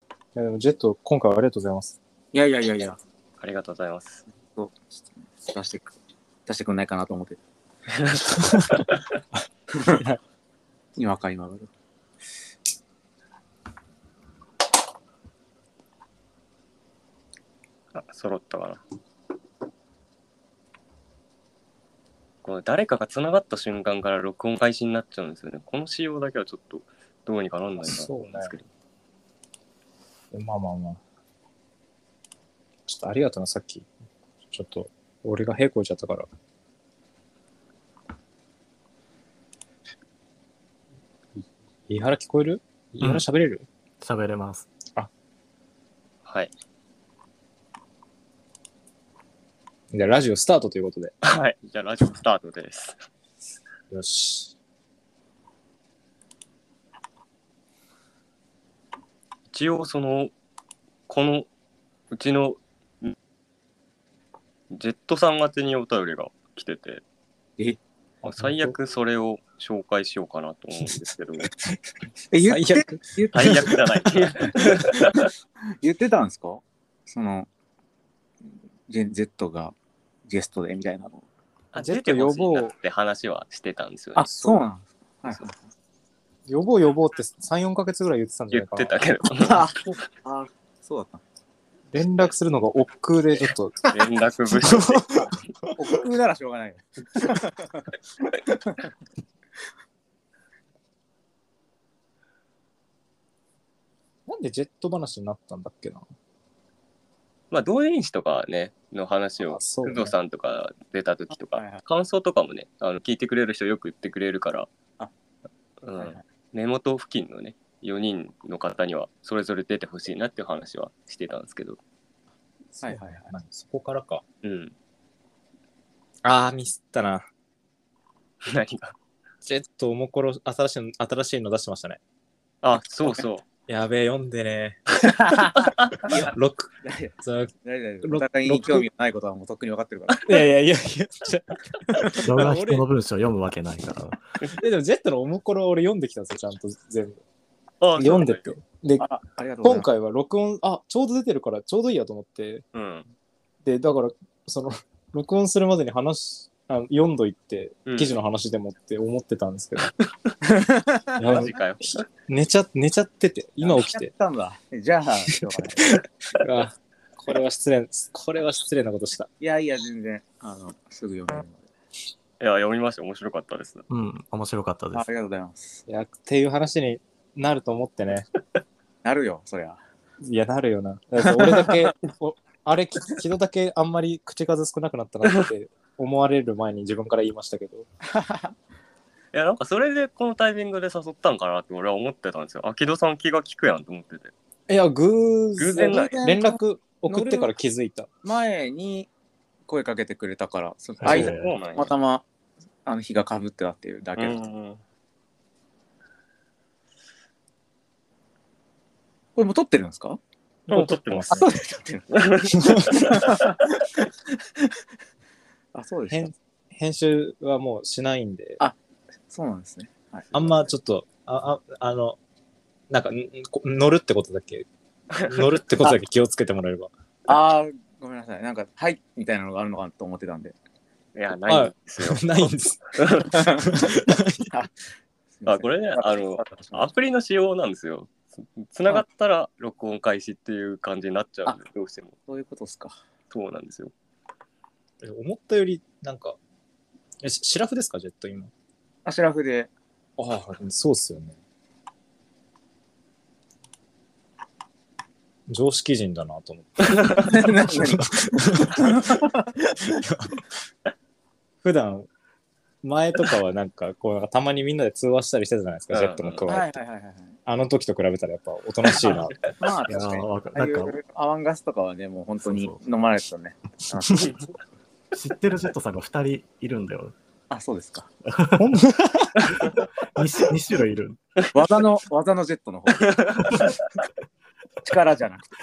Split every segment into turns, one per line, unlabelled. いやでもジェット、今回はありがとうございます。
いやいやいやいや、
ありがとうございます。
出してく、出してくんないかなと 思って。今か今頃。
あ、揃ったかな。こう誰かが繋がった瞬間から録音開始になっちゃうんですよね。この仕様だけはちょっとどうにかなんないかなと思うんですけど。
まあまあまあ。ちょっとありがとうな、さっき。ちょっと、俺が平行いちゃったから。い井原聞こえる井原喋れる、
喋れます。
はい。
じゃあラジオスタートということで。
はい。じゃあラジオスタートです。
よし。
一応そのこのうちのんジェットさん宛てにお便りが来てて
え
まあ最悪それを紹介しようかなと思うんですけど
え、言っ
最
て、
悪。
言っ
最悪じゃない
言ってたんですかその、ジェ Z がゲストでみたいなの。
あ
ジェ
出
ット
てほ
呼
しい
ぼう
なって話はしてたんですよね
あ、そうなんですか。はい
予防予防って3、4ヶ月ぐらい言ってたんじゃ
言
な
っ
いかな。
てたけど
あ、あそうだっ
連絡するのが億劫で、ちょっと。
連絡不足で
た。お僕ならしょうがない。
なんでジェット話になったんだっけな。
まあ動員誌とかねの話を
あそうね
工藤さんとか出た時とか、
はいはい
感想とかもねあの聞いてくれる人よく言ってくれるから
あ
うん
はいはい
根元付近のね4人の方にはそれぞれ出てほしいなっていう話はしてたんですけど、
はいはいはい
なんかそこからか。
うん、
ああ、ミスったな。
何が
ジェットおもころ新しいの新しいの出してましたね。
あそうそう
やべえ、読んでね。6。
大丈
そのい
夫大丈夫
ろ
お互いに興味がないことはもうとっくに分かってるから。
やいやいやいや、ちょ
人が人の文章読むわけないからな。
えでもジェットのおもころ俺読んできたんですよ、ちゃんと全部。
あ
読んでって。で、
あありがとうござ
今
います。
回は録音、あ、ちょうど出てるからちょうどいいやと思って、
うん
で、だから、その、録音するまでに話しあ読んどいって、
うん
記事の話でもって思ってたんですけど、いや
マジかよ
寝ちゃ寝ちゃってて、今起きて
やっ、たんだ。じゃあ、しょうがない。
あこれは失礼、これは失礼なことした。
いやいや、全然、あの、すぐ読めるので。
いや読みました面白かったです
うん、面白かったで
ああ
す。
りがとうございます。
いや、っていう話になると思ってね。
なるよ、そりゃ。
いや、なるよな。だから俺だけ、おあれ、きどだけあんまり口数少なくなったなって思われる前に自分から言いましたけど。
いやなんかそれでこのタイミングで誘ったんかなって俺は思ってたんですよあ木戸さん気が利くやんと思ってて
いや、偶
偶然だ
連絡送ってから気づいた。
前に声かけてくれたから、その
は
間
い
に
そうなん
た
や
またま、あの、日がかぶってたっていうだけ
う
で、
ん
これもう撮ってるんですか
もう撮ってます
あ、そうです、撮ってる。あ、そうです
編。編集はもうしないんで、
あそうなんですね。はい、
あんまちょっと、あ、ああの、なんか、んんこ乗るってことだけ、乗るってことだけ気をつけてもらえれ ば。
あーごめんなさい。なんか、はい、みたいなのがあるのかなと思ってたんで。
いやないんですよ
ないんです。
あこれねあのアプリの仕様なんですよ。つつながったら録音開始っていう感じになっちゃうんで、どうしても。
そういうことですか。
そうなんですよ。
思ったより、なんか、えしシラフですか、ジェット今。
あ、シラフで。
ああ、そうっすよね。常識人だなと思って。
何何
普段、前とかはなんか、こう、 なんかたまにみんなで通話したりしてたじゃないですか、
うん
ジェットの加
は
わっ
い
て。
はいはいはいはい。
あの時と比べたらやっぱおとなしい な。
まあ、
いや
確か
ー、
に。
わか
ああ
ないんか、
うアワンガスとかはね、もう本当に
そう
飲まれてた ね。
知ってるジェットさんが2人いるんだよ。
あ、そうですか。
2, 種類いる。
技の、技のジェットの方。力じゃなくて、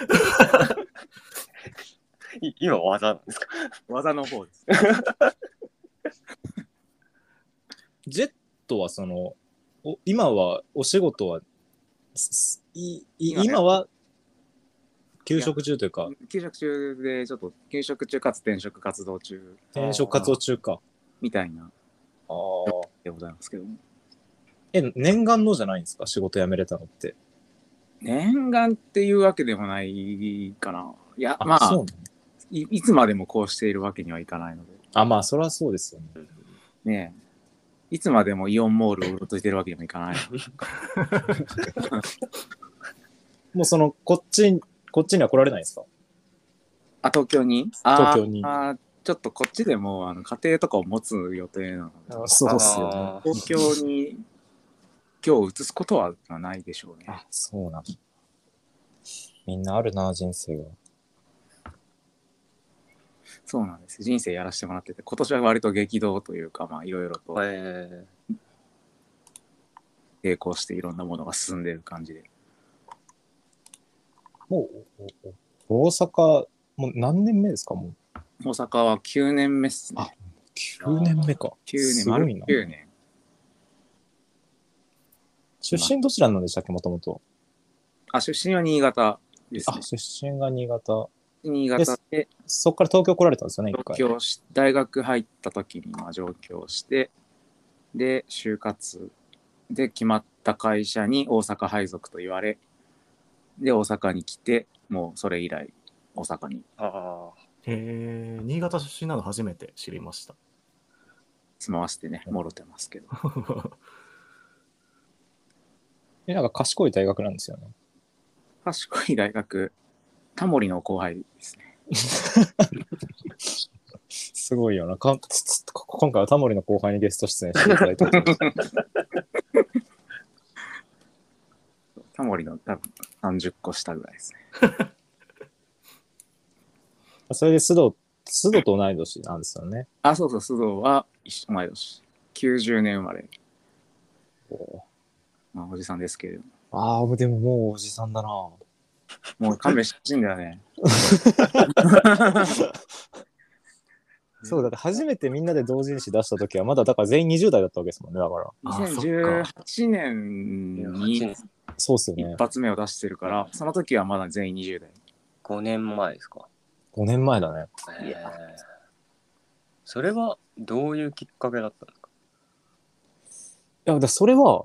い今、技なんですか。
技の方です。
ジェットはその、お今はお仕事は、すすいい
今ね
今は休職中というか、
休職中で、ちょっと、休職中かつ転職活動中
転職活動中か。
みたいな
ああ。
でございますけども。
え、念願のじゃないんですか仕事辞めれたのって。
念願っていうわけでもないかな。いや、
あ、
ま
そう
あ
なの
い、いつまでもこうしているわけにはいかないので。
あ、まあ、それはそうですよね。
ねえ。いつまでもイオンモールをうろついてるわけにもいかない。
もうその、こっち、こっちには来られないですか
あ、東京に
東京に
あーあーちょっとこっちでもうあの家庭とかを持つ予定なので、
あそうっすよね。
あー
東京に今日移すことはないでしょうね。
あ、そうなんだ。みんなあるな、人生が。
そうなんです。人生やらせてもらってて、今年は割と激動というか、まあいろいろと
え
並行していろんなものが進んでる感じで。
もう、おお大阪、もう何年目ですかもう
大阪は9年目っすね。
あ9年目か。
9年、
すごいな。
丸9年。
出身どちらなんでしたっけ、もともと。
あ、出身は新潟です
あ、出身が新潟。
ね。新潟で
そこから東京来られたんですよね、一
上
回。
京し、大学入った時にまあ上京して、で、就活で決まった会社に大阪配属と言われ、で、大阪に来て、もうそれ以来、大阪に
ー、あ
へえ、新潟出身なの初めて知りました。
住まわせてね、もろてますけど。
え、なんか賢い大学なんですよね。
賢い大学、タモリの後輩ですね。
すごいよな。かんつつこ今回はタモリの後輩にゲスト出演していただいてる。
タモリの多分30個下ぐらいですね。
それで須藤、須藤と同い年なんですよね。
あ、そうそう、須藤は一緒、前年。90年生まれ。まあ、おじさんですけれども。
ああ、でももうおじさんだな。
もう勘弁してほしいんだよね。
そうだって初めてみんなで同人誌出した時はまだだから全員20代だったわけですもんねだから
あそっか
2018年
ー
に
そうっすよね
一発目を出してるから、その時はまだ全員20代。
5年前ですか。
5年前だね
いや
えーそれはどういうきっかけだったんですか、
いやだからそれは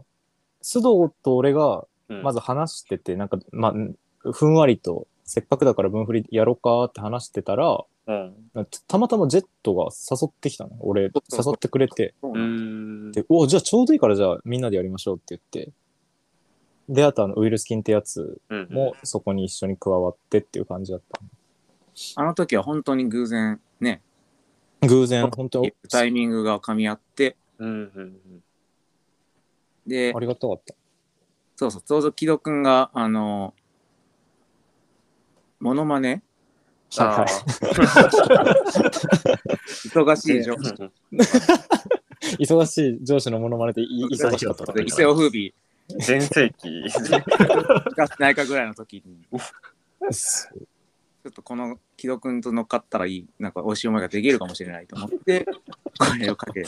須藤と俺が
うん
まず話してて、なんかまあふんわりとせっかくだから分振りやろうかって話してたら
うん。
たまたまジェットが誘ってきたの俺誘
そうそう
ってくれて
そう
う
なん
ーん。
でおじゃあちょうどいいからじゃあみんなでやりましょうって言ってであとあのウイルス菌ってやつ
うん
もそこに一緒に加わってっていう感じだった
あの時は本当に偶然ね、
偶然本当に
タイミングが噛み合って、
うんうん
で
あ、りがたかった
そうそう、ちょうど木戸くんが、あの、モノマネ
うん。
はいはい
忙しい状
あー
忙しい上司のモノマネでい忙しかった
大丈夫だ
か
った
ら
伊勢尾風靡
全盛期。
がないかぐらいの時に、ち
そう
ょっとこの木戸くんと乗っかったらいい、なんか美味しい思いができるかもしれないと思って、これをかけ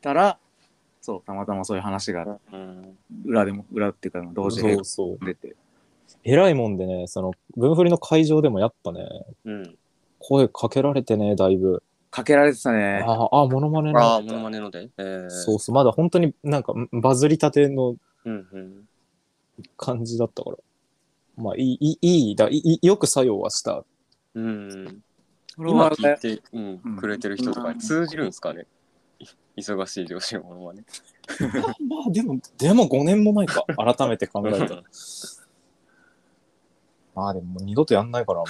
たら、そう、たまたまそういう話が
うん
裏でも、裏っていうか、同時
そ
並
うそう
行で出て、
偉いもんでねその文振りの会場でもやっぱね
うん。
声かけられてねだいぶ
かけられてた
あ
ね。
ーあーモノマネ
ああ、
な
モノマネので。えー、
そうそうまだ本当になんかんバズりたての
うんうん。
感じだったからまあいいいいいいだいいよく作用は した
うん。
フォロ
今
ワー
聞
が
いて、うん
うん、
くれてる人とかに通じるんですかね い忙しい上司のものはね。
まあまあでもでも5年も前か改めて考え たらまあでももう二度とやんないからも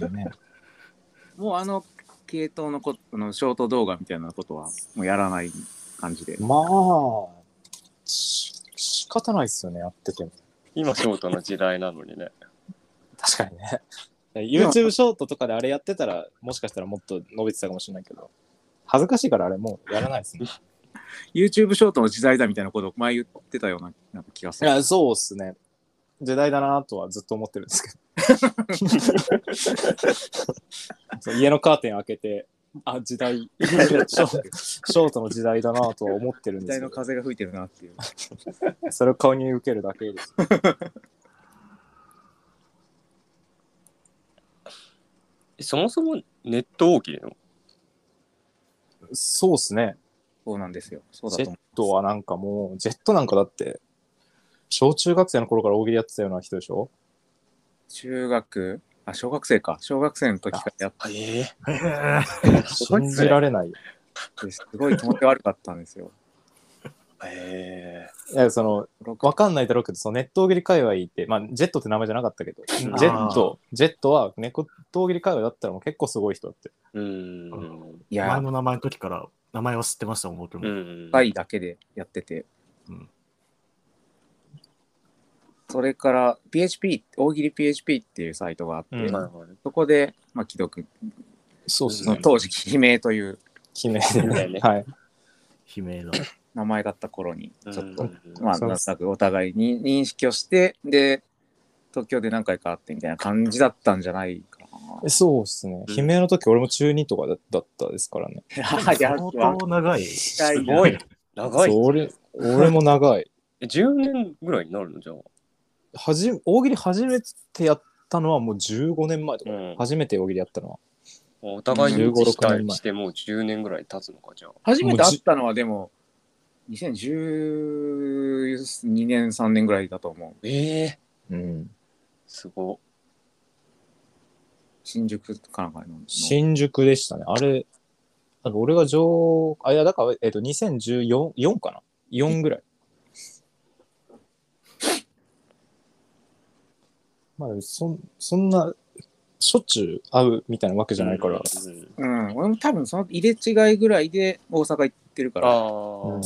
う、ね、
もうあの系統のこあのショート動画みたいなことはもうやらない感じで。
まあし仕方ないっすよねやってても
今、ショートの時代なのにね。
確かにね。YouTube ショートとかであれやってたら、もしかしたらもっと伸びてたかもしれないけど、恥ずかしいからあれもうやらないですね。
YouTube ショートの時代だみたいなことを前言ってたようななんか気がす
い
る。
や、そうっすね。時代だなとはずっと思ってるんですけ ど。そう家のカーテン開けて、あ、時代、ショートの時代だなとは思ってるん
時
です
代
け
の
ど、
風が吹いてるなっていう。
それを顔に受けるだけです。
そもそもネット大きいの
そうっすね。
そうなんですよ。そうだ
ジ
と
ェ
思
ッ
う。
トはなんかもう、ジェットなんかだって、小中学生の頃から大喜利やってたような人でしょ
中学、あ、小学生か。小学生の時からやっ
ええ
えー
信じられない。
て、すごい気持ち悪かったんですよ。
え
いや、その、わかんないだろうけど、そのネット大喜利界隈って、まあ、ジェットって名前じゃなかったけど、ジェット、ジェットはネット大喜利界隈だったらもう結構すごい人だって。
えうん
い
前
や、
の名前の時から名前は知ってましたもん、僕も。
うん
回だけでやってて。
うん
それから、PHP、大喜利 PHP っていうサイトがあって、
うん
はいはい
そこで、まあ、既読、
そう
っす
その当時、悲鳴という
決めて
だよね
はい。
悲鳴だ。
名前だった頃に、ちょっと、
うん
まあ、
そう
なんとなくお互いに認識をして、で、東京で何回か会ってみたいな感じだったんじゃないか
えそうっすね。
うん
悲鳴の時、俺も中2とかだだったですからね。
な。いや
相当長い。
期待
すごい。長
そう
い
俺俺も長い。
え10年ぐらいになるのじゃあ
はじ大喜利初めてやったのはもう15年前とか、
うん
初めて大喜利やったのは。
お互いに
15 16
期待
年前
してもう10年ぐらい経つのかじゃあ
初めて会ったのはでも、2012年、3年ぐらいだと思う。
ええ
うん、
すご
新宿かなんかの。
新宿でしたね。あれ、あの俺が上、あ、いや、だから、えっと、2014 4かな ?4 ぐらい。 まあ、そんそんな、しょっちゅう会うみたいなわけじゃないから。
うん
うん、俺も多分その入れ違いぐらいで大阪行ってるから、あ
あ
うん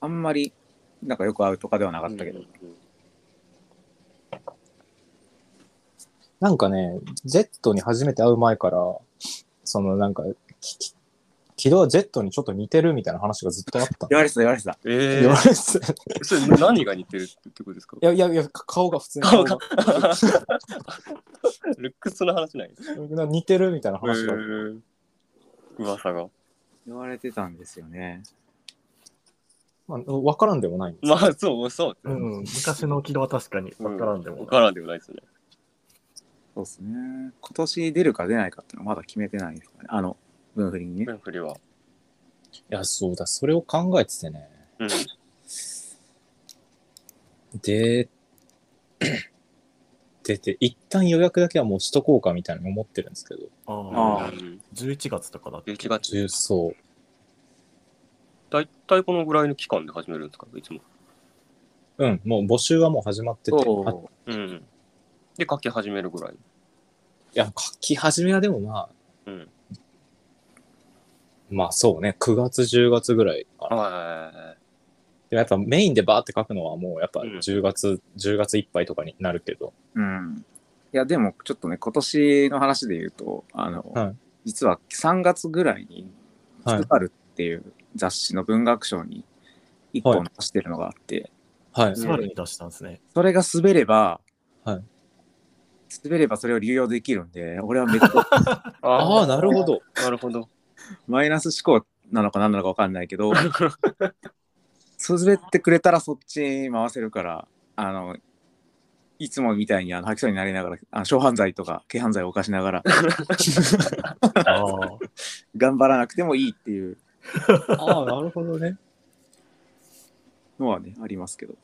あ
んまりなんかよく会うとかではなかったけど。
なんかね、ジェットに初めて会う前から、そのなんか、きき木戸はジェットにちょっと似てるみたいな話がずっとあったの。
言われてた、言われてた。
ええ
言われてた
それ何が似てるってことですか
いやいやいや、か顔が普通に
顔がルックスの話ないです
顔が似てるみたいな話が。
噂が
言われてたんですよね。
まあ、わからんでもないんです
まあそうそう
う
うん
ん、昔の軌道は確かに分からんでも
わ
ない。
からんでもないですね
そうですね。今年出るか出ないかっていうのはまだ決めてないですかね。あの、文振りにね。
フリは、
いや、そうだ、それを考えててね。
うん、
で、 出て、一旦予約だけはもうしとこうかみたいな思ってるんですけど。
ああ、
あ
11月とかだって。
11月
重そう。
だいたいこのぐらいの期間で始めるんですかいつも
うん、もう募集はもう始まってて、あ
そ
うんで書き始めるぐらい
いや、書き始めはでもまあ、
うん
まあそうね、9月、10月ぐらいかな。
は
でもやっぱメインでバーって書くのはもうやっぱ
うん
10月、10月いっぱいとかになるけど。
う。うん。いや、でもちょっとね、今年の話で言うと、あの、
はい
実は3月ぐらいに、
はい
スカルっていう雑誌の文学賞に一本出してるのがあって、
はい。
スバルに出したんですね。
それが滑れば、
はい
滑ればそれを流用できるんで、俺はめっちゃ
い
ああ、
あ
なるほど。
あなるほど
マイナス思考なのか何なのか分かんないけど、滑ってくれたらそっちに回せるから、あの、いつもみたいにあの吐きそうになりながら、あの小犯罪とか軽犯罪を犯しながら、
ああ、
頑張らなくてもいいっていう
ああ、なるほどね。
のはね、ありますけど。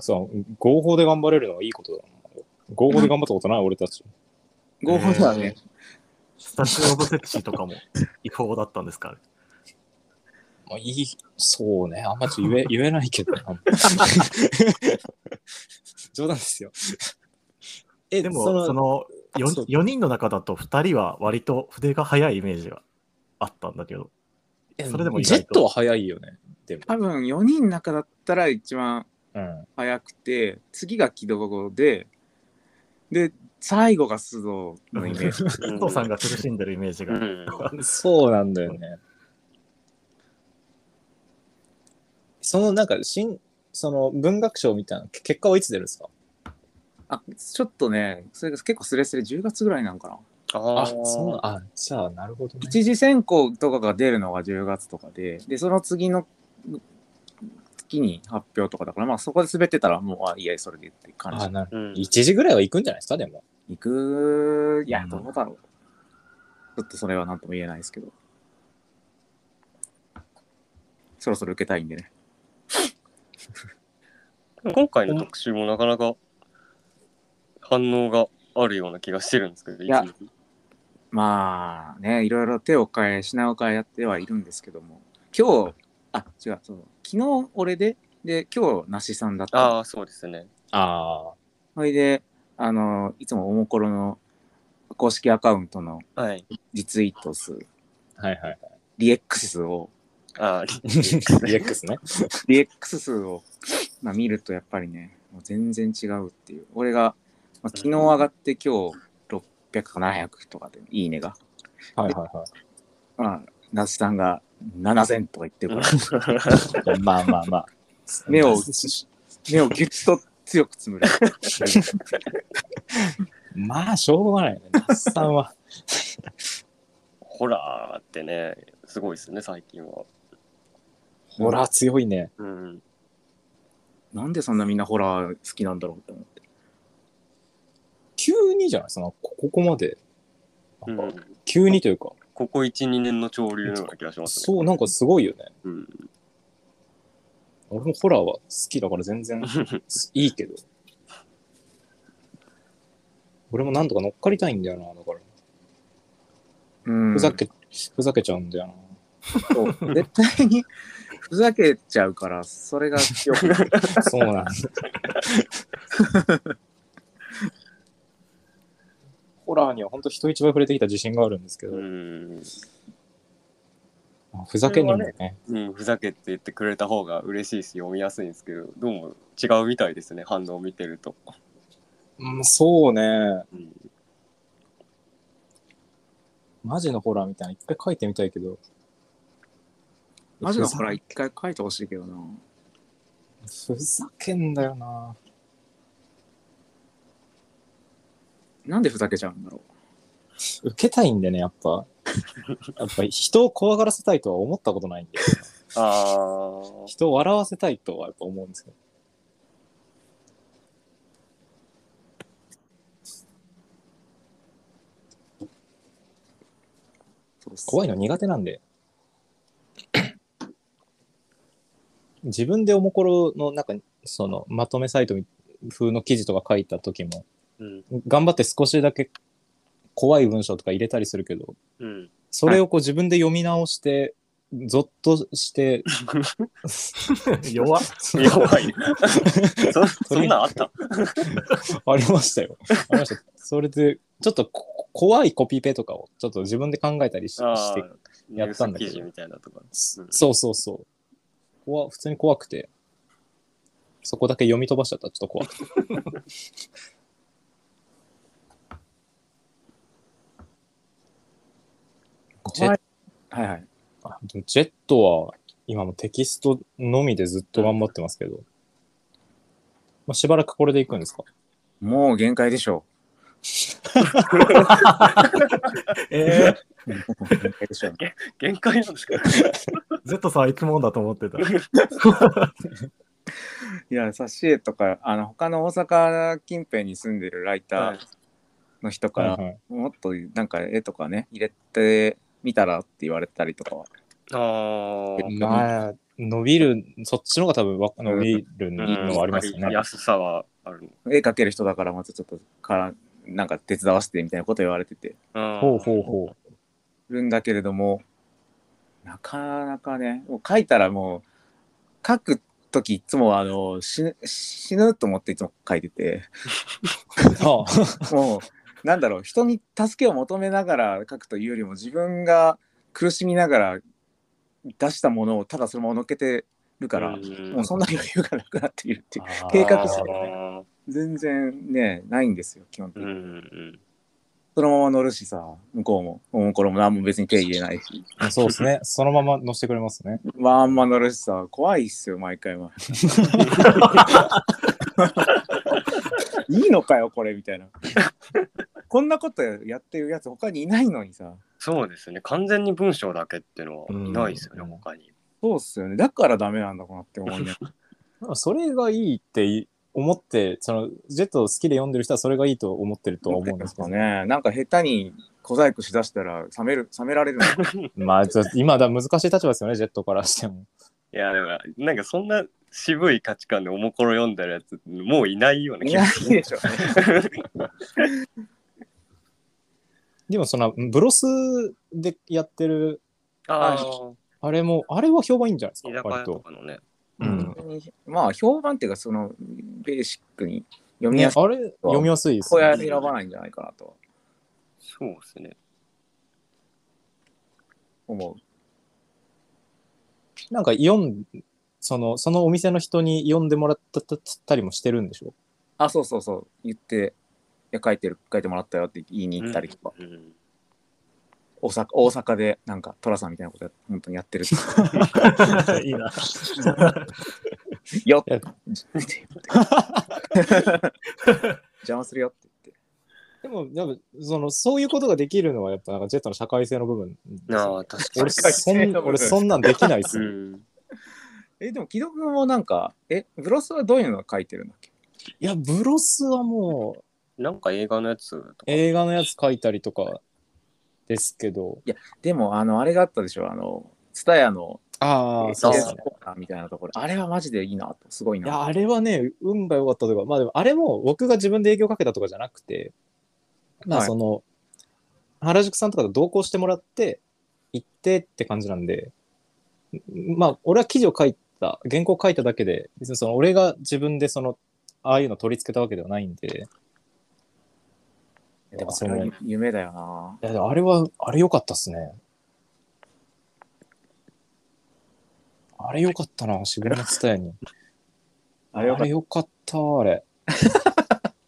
そう、合法で頑張れるのはいいことだな。合法で頑張ったことない、俺たち。
合法ではね、
スタジオオブセクシーとかも違法だったんですか
まあ、いい、そうね。あんまちょっ と言え、言えないけどな。冗談ですよ。え、で
でも
も、
その
その、そう
4, 4人の中だと2人は割と筆が早いイメージがあったんだけど、
え
それでも意
ジェ
外と
ットは早いよね。でも。
多分4人の中だったら一番
うん。
早くて、次が軌道語で、で、最後が須藤のイメー ジ。
お父さんが苦しんでるイメージ
う
が、
ん
そうなんだよね。そのなんか新その文学賞みたいなけ結果はいつ出るんですか
あ、ちょっとね、それが結構スレスレ10月ぐらいなんかな。
あ
あ
あ
そうなんあじゃあなるほど、ね。
一次選考とかが出るのが10月とかで、で、その次の月に発表とかだから、まあそこで滑ってたらもう、あ、いや、それでって感
あ
じ。
なる
うん
1時ぐらいは行くんじゃないですかでも。
行く、いうや、
ん
どうだろう。ちょっとそれは何とも言えないですけど。そろそろ受けたいんでね。
今回の特集もなかなか反応があるような気がしてるんですけど、
いや
いつも
まあね、いろいろ手を変え、品を変えやってはいるんですけども、今日、あ、違う、そう昨日俺で、で、今日、梨さんだった。
ああ、そうですね。
あ
それで、あの、いつもおもころの公式アカウントの
はい。
リツイート数、
あ、はいはい。
リエックス数を、
あ あ、
DX ね。
リエックス数を、まあ、見るとやっぱりね、もう全然違うっていう。俺が、まあ、昨日上がって今日600か700とかで、いいねが。
はいは
まあ、梨さんが7000とか言っ てるから、
いはい。まあまあまあ。
目を
し
目をギュッと強くつむる。
まあ、しょうがないね。那須さん は。
ホラーってね、すごいですね、最近は。
ほら、強いね。
うん。
なんでそんなみんなホラー好きなんだろうって思って。
急にじゃないその、こここまで。
う
なんか
ん、
急にというか、
ここ1、2年の潮流のような気がしますね。
そう、なんかすごいよね。
う。ん。
俺もホラーは好きだから全 然いいけど。俺もなんとか乗っかりたいんだよな、だから。
うん
ふざけ、ふざけちゃうんだよな。
そう絶対にふざけちゃうから、それがよくない。
そうなんだ。ホラーには本当人一倍触れてきた自信があるんですけど、
うん。
まあふざけにもね、
うん、ふざけて言ってくれた方が嬉しいし読みやすいんですけどどうも違うみたいですね反応を見てると、
うん、そうね、
うん、
マジのホラーみたいな、一回書いてみたいけど。
マジのホラー
ー
一回書いてほしいけどな。
ふざけんだよな。
なんでふざけちゃうんだろ
受けたいんでね、やっ ぱ。やっぱ人を怖がらせたいとは思ったことないんで、
あー
人を笑わせたいとはやっぱ思うんですけど。
う。そうっす
怖いの苦手なんで。 自分でおもころの中に、その、まとめサイト風の記事とか書いた時も、
うん
頑張って少しだけ怖い文章とか入れたりするけど、
うん
それをこう自分で読み直して、ゾッとして、
弱っ。
やばいそそんなんあった
ありましたよ。ありました。それで、ちょっとこ怖いコピペとかを、ちょっと自分で考えたりし
あ
して
ー、
やったんだけど
ニュース記事みたいなとかうん
そうそうそう。怖普通に怖くて、そこだけ読み飛ばしちゃった、ちょっと怖くて。ジェ
怖い。はいはい。
あでもジェットは今もテキストのみでずっと頑張ってますけど、まあ、しばらくこれでいくんですか
もう限界でしょ
え
う。もう限界でしょう。
限界なんですか
ー、Z さん行くもんだと思って た。
いや、サシエとか、あの、他の大阪近辺に住んでるライターの人から、
はいはい
もっとなんか絵とかね、入れてみたらって言われたりとかは。
あー
まあ、伸びる、そっちの方が多分わ伸びるのはありますよね。
安さはある
絵描ける人だから、またちょっとから、なんか手伝わせてみたいなこと言われてて、
の
ほうほうほ
るんだけれども、なかなかね、もう描いたらもう、描くときいつもあの死ぬ、死ぬと思っていつも描いてて、
う。 あ
もう、なんだろう、人に助けを求めながら描くというよりも、自分が苦しみながら出したものをただそのまま乗っけてるから、もうそんな余裕がなくなっているっていう、
あ
計画
す
す
る
るよ全然ね、ないんですよ、基本的
う
に。
んうん
そのまま乗るしさ、向こうも、おもころも何も別に手入れないし、
そうですね。そのまま乗せてくれますね。
まんま乗るしさ、怖いっすよ、毎回は。いいのかよ、これ、みたいな。こんなことやってるやつ、他にいないのにさ。
そうですね完全に文章だけっていうのはいないですよね
うん
他に
そうっすよね。だからダメなんだかなって思いながら。
それがいいってい思って、その、ジェットを好きで読んでる人はそれがいいと思ってるとは思うんですけど ね。
ね。なんか下手に小細工しだしたら冷める、冷められるの。
まあ、ちょっと今だ難しい立場ですよね、ジェットからしても。
いや、でも、なんかそんな渋い価値観でおもころ読んだるやつ、もういないような気がす
いでしょ。
でも、その、ブロスでやってる、
る。 ああ、
あれも、あれは評判いいんじゃないですか
居、酒屋
割
と
と。
かのね。
う
う
ん
ん。
まあ評判っていうか、そのベーシックに読み
ね、
やすい
あれ、読みやすいです
こ
ね、
や選ばないんじゃないかなと
そうですね。
思
なんか、読ん、その、そのお店の人に読んでもらったったりもしてるんでしょ
う。あ、そうそうそう。言って、いや書いてる、書いてもらったよって言いに行ったりとか、
うん
大阪大阪でなんか寅さんみたいなことや本当にやってる。
いいな。
よっ
いや
って言って。 邪魔するよって言っ
で
て。
も、でもその、そういうことができるのは、やっぱ、なんか、ジェットの社会性の部分ですよ
ああ、確か
俺
に。
そん、俺、そんなんできないっす
う
よ。
ん。
え、でも、木戸君もなんか、え、ブロスはどういうのを書いてるんだっけ
いや、ブロスはもう、
なんか映画のやつとか。
映画のやつ書いたりとかですけど。
でも、あの、あれがあったでしょ、あの、ツタヤの
あ
えー
そうっ
ス
すね
ポーターみたいなところ。あれはマジでいいな、すごい
いや、
な。
あれはね、運が良かったというか、まあでも、あれも僕が自分で営業かけたとかじゃなくて、まあ
はい
その、原宿さんとかと同行してもらって、行ってって感じなんで、んまあ、俺は記事を書いた、原稿を書いただけで、別にその、俺が自分でその、ああいうの取り付けたわけではないんで、
でも、
そ
そ
の
れは夢だよな。
いやでもあれは、あれ良かったっすね。あれ良かったな、渋谷の蔦屋に。
あ
あ
れは
れ良かった、あれ。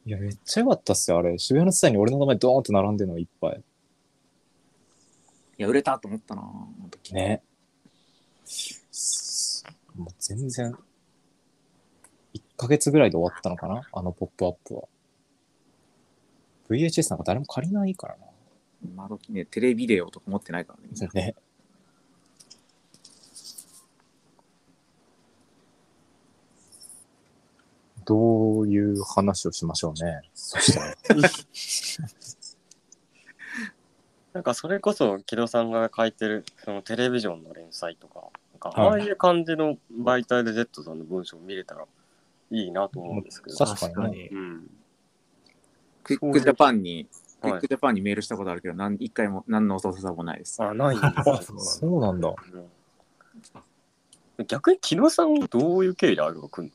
いや、めっちゃ良かったっすよ、あれ。渋谷の蔦屋に俺の名前ドーンって並んでるのがいっぱい。
いや、売れたと思ったな、あの時。
ね。すもう全然、1ヶ月ぐらいで終わったのかな、あのポップアップは。VHS なんか誰も借りないからな。
今時ね、テレビデオとか持ってないからね。
ね。どういう話をしましょうね。そしたら。
なんかそれこそ木戸さんが書いてるそのテレビジョンの連載とか、なんか
はい
ああいう感じの媒体で Z さんの文章を見れたらいいなと思うんですけど。
確
確
か
か
に
に。
うん。
クイックジャパンに、クイ
は
ッ
い
クジャパンにメールしたことあるけど、なん一回も何の音沙汰もないです。
あ、ないんだ
あ そうなんだ
そうなんだ。
うん逆に木戸さんはどういう経緯であるが来る
い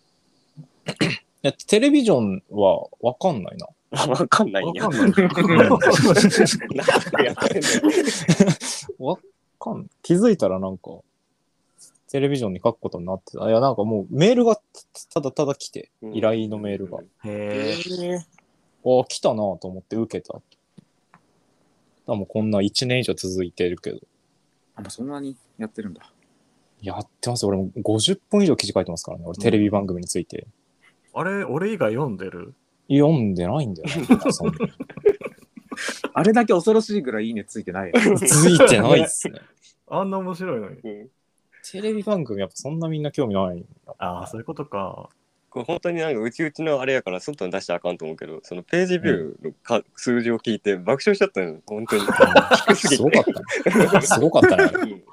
や、テレビジョンはわかんないな。
のわかんないん
わ
や
か。んない。
なんでやってんだよ
わかん、気づいたらなんか、テレビジョンに書くことになってた。いや、なんかもうメールがたただただ来て、依頼のメールが。
へえ。
あ、来たなと思って受けた。だからもうこんな1年以上続いてるけど。
あ、もうそんなにやってるんだ。
やってますよ。俺も50本以上記事書いてますからね。俺テレビ番組について。
あれ、俺以外読んでる
読んでないんだよ ね。そんな
あれだけ恐ろしいぐらいいいねついて ないよ。
ついてないっすね。
あんな面白いのに。
うん
テレビ番組やっぱそんなみんな興味ない。
ああ、そういうことか。
これ本当になんかうちうちのあれやから外に出してあかんと思うけどそのページビューのか、数字を聞いて爆笑しちゃったのよ本当に低すぎ
す
て
ごかったね。すごかったね。
うん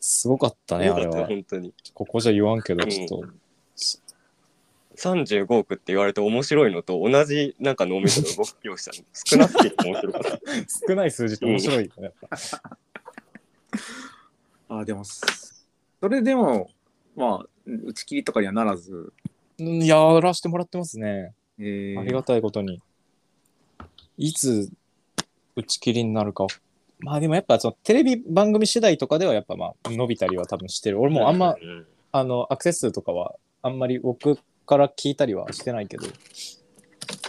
すごかったね、
よ
あ
かっ
れ
た
は。
本当に
ここじゃ言わんけど、ちょっと。
35億って言われて面白いのと同じなんか脳みその動きをしたの少なくて面白かった
少ない数字って面白いよね。やっぱ
あ、でも、それでも、まあ、打ち切りとかにはならず、
うんやらしてもらってますね。
えー
ありがたいことに。いつ打ち切りになるか。まあでもやっぱそのテレビ番組次第とかではやっぱまあ伸びたりは多分してる。俺 もうあんま、
うん
あの、アクセス数とかはあんまり僕から聞いたりはしてないけど、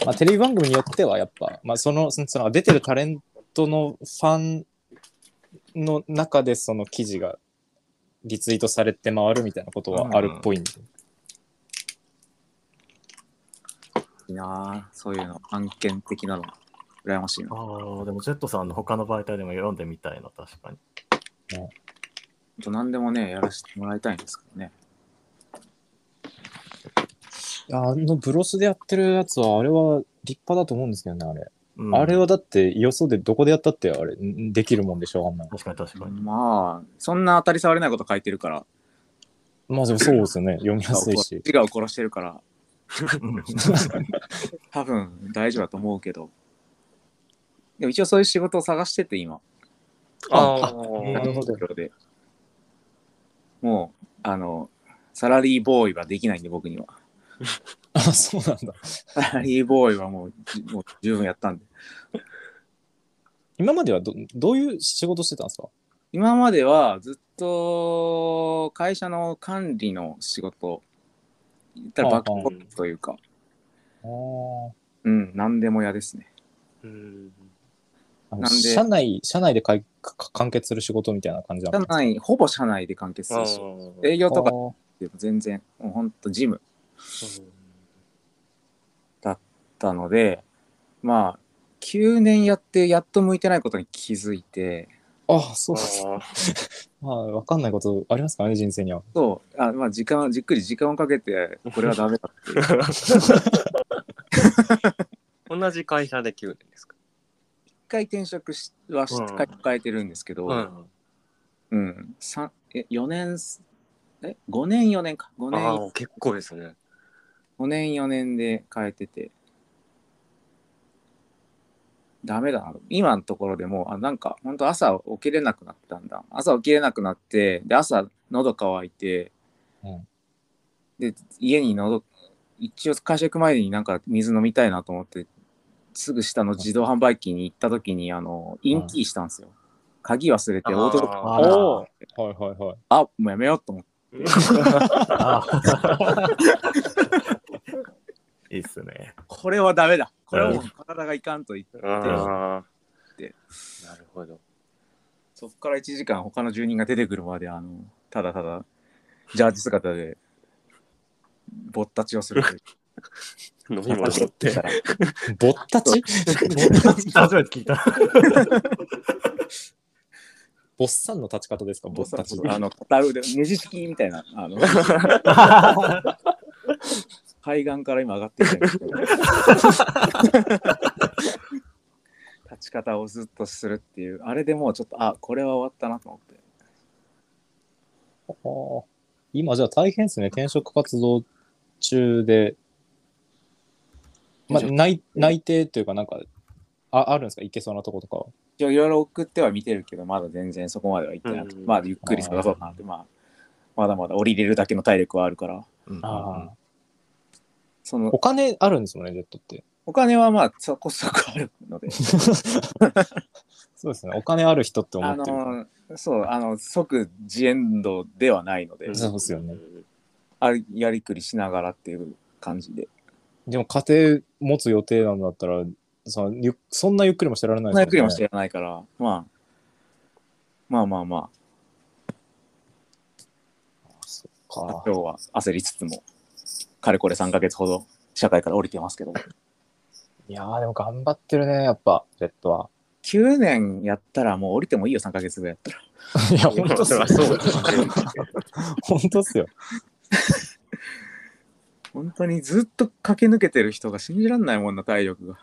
まあテレビ番組によってはやっぱ、まあその、そのその出てるタレントのファンの中でその記事がリツイートされて回るみたいなことはあるっぽいんで。
いいなあそういうの、案件的なの、羨ましいな。
ああ、でも、ジェットさんの他の媒体でも読んでみたいな、確かに。
と何でもね、やらせてもらいたいんですけどね。
やあのブロスでやってるやつは、あれは立派だと思うんですけどね、あれ。
うん
あれはだって、よそでどこでやったって、あれ、んできるもんでしょ、あんなの。
確かに確かに。
まあ、そんな当たり障りないこと書いてるから、
まあでもそうですよね、読みやすいし。
自我を殺してるから、
うん
多分大丈夫だと思うけど。でも一応そういう仕事を探してて、今。
ああ、
なるほど
東京で。もう、あの、サラリーボーイはできないんで、僕には。
あ、そうなんだ。
サラリーボーイはもう、じもう十分やったんで。
今まではどどういう仕事してたんですか
今まではずっと会社の管理の仕事、言ったらバックオフィスというか、
あー
うん、何でも嫌ですね。
うん
あの
なんで
社内、社内でかいかか完結する仕事みたいな感じな
社
んですか
内、ほぼ社内で完結するし、営業とかでも全然、もうほんとジムだったので、まあ、9年やってやっと向いてないことに気づいて、
あーあー、そうです。
あ
まあ、わかんないことありますかね、人生には。
そう、あまあ、時間、じっくり時間をかけて、これはダメだ っていう。
ー同じ会社で9年ですか。
一回転職しはし
うん
変えてるんですけど、
う
う
ん
ん、三え4年すえ5年4年か5
あ
年
あ、結構ですね。
五年4年で変えててダメだな今のところでもうあなんか本当朝起きれなくなったんだ朝起きれなくなってで朝喉乾いて、
うん
で家に喉一応会社行く前になんか水飲みたいなと思ってすぐ下の自動販売機に行った時にあのインキーしたんですよ、鍵忘れてオートロック
あ
あら
おーはいはいはい。
あもうやめようと思って
あ いいっすね。
これはダメだ。これはもう体がいかんと言って、
ああ
で。
なるほど。
そこから1時間他の住人が出てくるまで、あの、ただただ、ジャージ姿で、ぼったちをするという。
飲み物って。
ぼったち
初めて聞いた。
ぼっさんの立ち方ですか、 ぼ
ぼ
っ
った
た
ち
ち。
をあの、片腕、ねじ式みたいな、あ の、海岸から今上がってきたんですけど。立ち方をずっとするっていう、あれでもうちょっと、あ、これは終わったなと思って。
あー今じゃあ大変ですね、転職活動中で。まあ、
転職
内内定というか、なんかあ、あるんですか、行けそうなとことかは。
一応いろいろ送っては見てるけど、まだ全然そこまでは行ってなくて、
うん
まあゆっくり探そうかなって、まあ、まだまだ降りれるだけの体力はあるから、
あー
その
お金あるんですもんね、ジェットって。
お金はまあそこそこあるので、
そうですね、お金ある人って思
あ
ってるから。
の、そう、あの、即ジエンドではないので、
そうですよね。
あやりくりしながらっていう感じで、
でも、家庭持つ予定なんだったら、そのゆそんなゆっくりもしてられな
そ
い
んなゆっくりもし
ら
てないから、まあ、まあまあまあ、
か。
今日は焦りつつも、かれこれ3ヶ月ほど社会から降りてますけど、
いやー、でも頑張ってるね、やっぱ、ジェットは。
9年やったらもう降りてもいいよ、3ヶ月ぐらいやったら。
いや、本当っすよ。
そうですね
本当っすよ。
本当にずっと駆け抜けてる人が信じらんないもんな体力が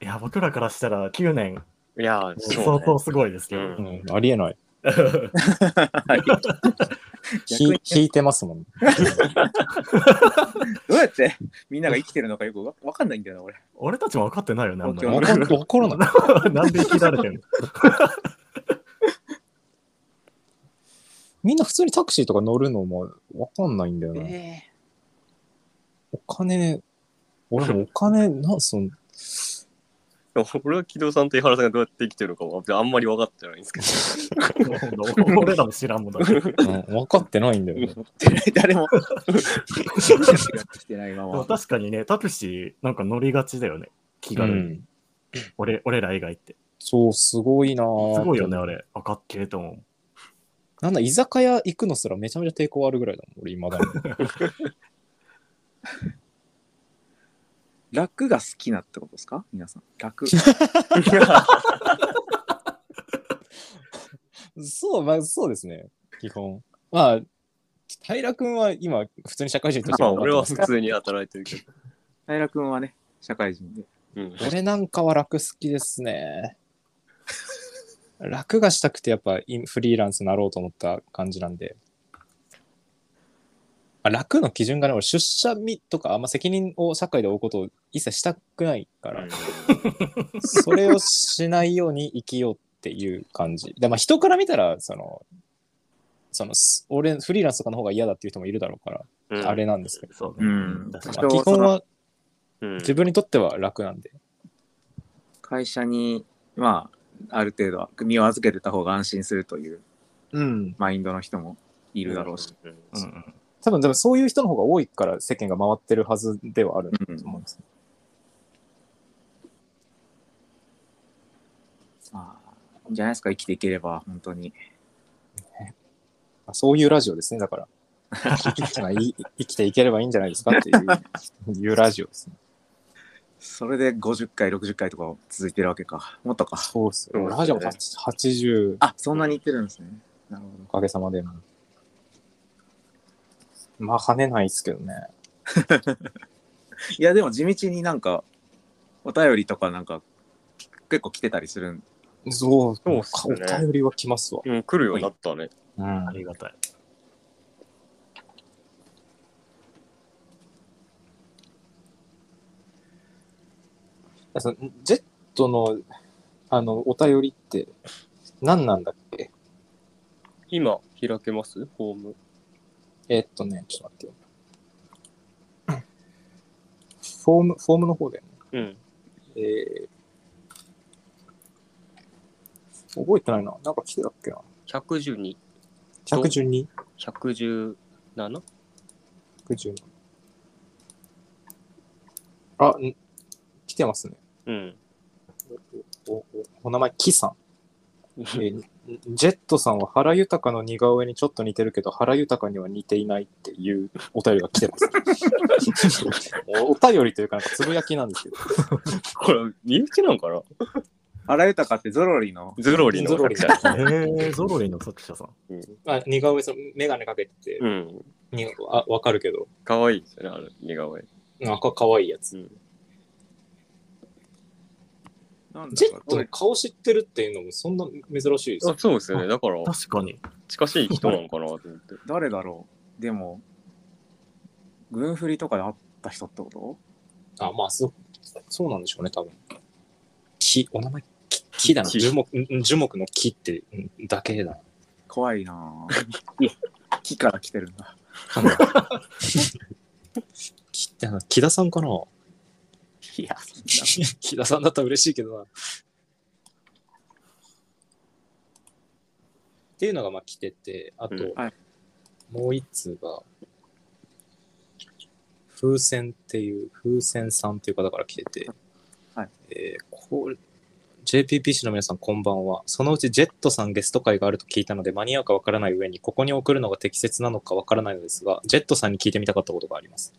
いや、僕らからしたら9年、
いや、そ
相
う
当すごいですけ
う
ど
ん
う。ん、ありえない。
逆に
ひ引いてますもん。
どうやってみんなが生きてるのかよくわわかんないんだよ な俺
俺たちも分かってないよね、あんま
わかん怒るな。
り。 なんで生きられてんの
みんな普通にタクシーとか乗るのもわかんないんだよな。
え
お金、俺もお金、なんその、
ね。 俺は木戸さんと井原さんがどうやって生きてるのかはあんまり分かってないんですけど。
俺らも知らんもんだ。
うん、分かってないんだよね。
ー、誰も生きてないま
でも
ま
確かにね、タクシーなんか乗りがちだよね。気
う
軽に。
ん。
俺俺ら以外って。
そう、すごいな
す
す
ごいよね、あ。れ。赤っけえと思う。
なんだ、居酒屋行くのすらめちゃめちゃ抵抗あるぐらいだもん、俺、今だに。
楽が好きなってことですか皆さん楽
そう、まあ、そうですね、基本。まあ、平君は今、普通に社会人として
まあ、
働い
俺
て
は
ます
普
か
通に働いてるけ
平君はね、社会人で。
ど。うん。
俺なんかは楽好きです ね。楽がしたくてやっぱインフリーランスになろうと思った感じなんで。まあ、楽の基準がね、俺出社みとかあんま責任を社会で負うことを一切したくないから、それをしないように生きようっていう感じ。でまあ人から見たら、その、そのす俺フリーランスとかの方が嫌だっていう人もいるだろうから、
うん
あれなんですけど、
そう
う
ね。
ん。
確
ま
か
あ、
人
基
をそ
本
の
は
うん
自分にとっては楽なんで。
会社に、まあ、ある程度は身を預けてた方が安心するという
うん。
マインドの人もいるだろうし。。
ん
に。うんうん
多分でもそういう人の方が多いから世間が回ってるはずではあると思うんです、ね
まあ、いいんじゃないですか、生きていければ、本当に。
あそういうラジオですねだからまあい生きていければいいんじゃないですかっていういうラジオですね
それで50回、60回とか続いてるわけか。もっとか。
そうっすよ、
そうっすね
ラジオも80
あ、そんなにいってるんですね。なるほど
お。かげさまでもまあ跳ねないですけどね
いや、でも地道になんか、お便りとかなんか、結構来てたりするん
そう
そうっすね
お便りは来ますわ、
うん、来るようになったね。
うん
ありがたい。
そのジェットのあのお便りって何なんだっけ
今、開けますホーム。
えーっとね、ちょっと待ってよ。フォーム、フォームの方だよね。
うん。
えー、覚えてないな。なんか来てたっけな。
112、
112?
117?
112。あ、ん来てますね。
うん。
お、お、お名前、キさん。えージェットさんは原豊の似顔絵にちょっと似てるけど、原豊には似ていないっていうお便りが来て ます。おお便りというか、なんかつぶやきなんですけど。
これ、身内なんかな
荒豊かってゾロリの
ズロリの
ゾロリ
作者。
へえ、ゾロリの作者さん。
まあ、似顔絵、その眼鏡かけてて、
うん。
にあわかるけど、
かわいいですよね、あの似顔絵。
なんか可愛いやつ。
なん
ジ
だ
ェ
ろ
ットの顔知ってるっていうのもそんな珍しいです
あ
よ。
そうですよね。だから、
確かに。
近しい人なのかなと思って。
う誰だろうでも、軍振りとかで会った人ってこと
あ、まあそう、そうなんでしょうね、多分。木、お名前、木木だな。
木
樹木、ん樹木の木ってんだけだな。
怖いなぁ。木から来てるんだ。
木ってな、木田さんかな
いや、
木田さんだったら嬉しいけどな。っていうのがまあ来てて、あと、
うん
はい
もう一通が、風船っていう、風船さんっていう方から来てて、
はい
えーこう JPPC の皆さんこんばんは。そのうちジェットさんゲスト会があると聞いたので間に合うかわからない上に、ここに送るのが適切なのかわからないのですが、ジェットさんに聞いてみたかったことがあります。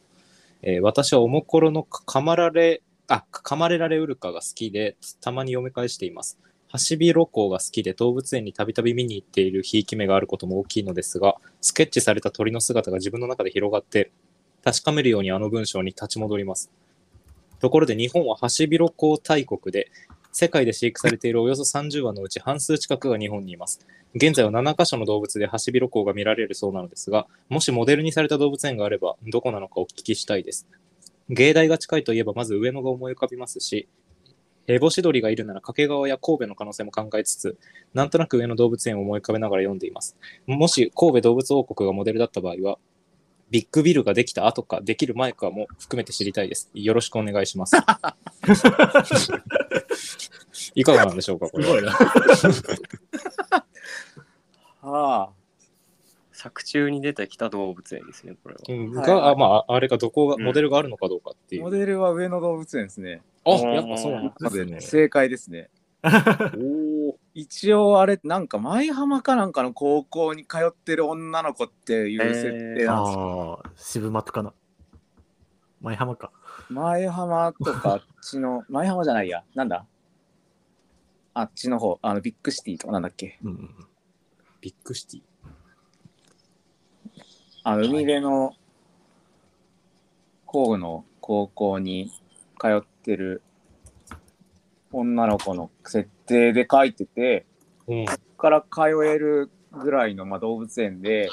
えー私はおもころのかかまられ、あ、かまれられうるかが好きで、たまに読み返しています。ハシビロコウが好きで動物園にたびたび見に行っているひいき目があることも大きいのですが、スケッチされた鳥の姿が自分の中で広がって、確かめるようにあの文章に立ち戻ります。ところで日本はハシビロコウ大国で、世界で飼育されているおよそ30羽のうち半数近くが日本にいます。現在は7カ所の動物でハシビロコウが見られるそうなのですが、もしモデルにされた動物園があれば、どこなのかお聞きしたいです。芸大が近いといえばまず上野が思い浮かびますし、えぼし鳥がいるなら掛川や神戸の可能性も考えつつ、なんとなく上野動物園を思い浮かべながら読んでいます。もし神戸動物王国がモデルだった場合は、ビッグビルができた後か、できる前かも含めて知りたいです。よろしくお願いします。 いかがなんでしょうか、これは。
いな。
はあ。
作中に出てきた動物園ですね、これは。
うん
はい
が、あまあ、あれがどこが、
うん
モデルがあるのかどうかっていう。
モデルは上野動物園ですね。
あ、やっぱそうなんだ。
ですね
正解ですね。
おお。
一応あれ、なんか舞浜かなんかの高校に通ってる女の子っていう設定なんですよ
ああ、渋幕かな。舞浜か。
前浜とかあっちの前浜じゃないやなんだあっちの方あのビッグシティとかなんだっけ
うんうん。
ビッグシティ。
あ海辺の工具の高校に通ってる女の子の設定で書いてて、
うん。
そこから通えるぐらいの、まあ、動物園で、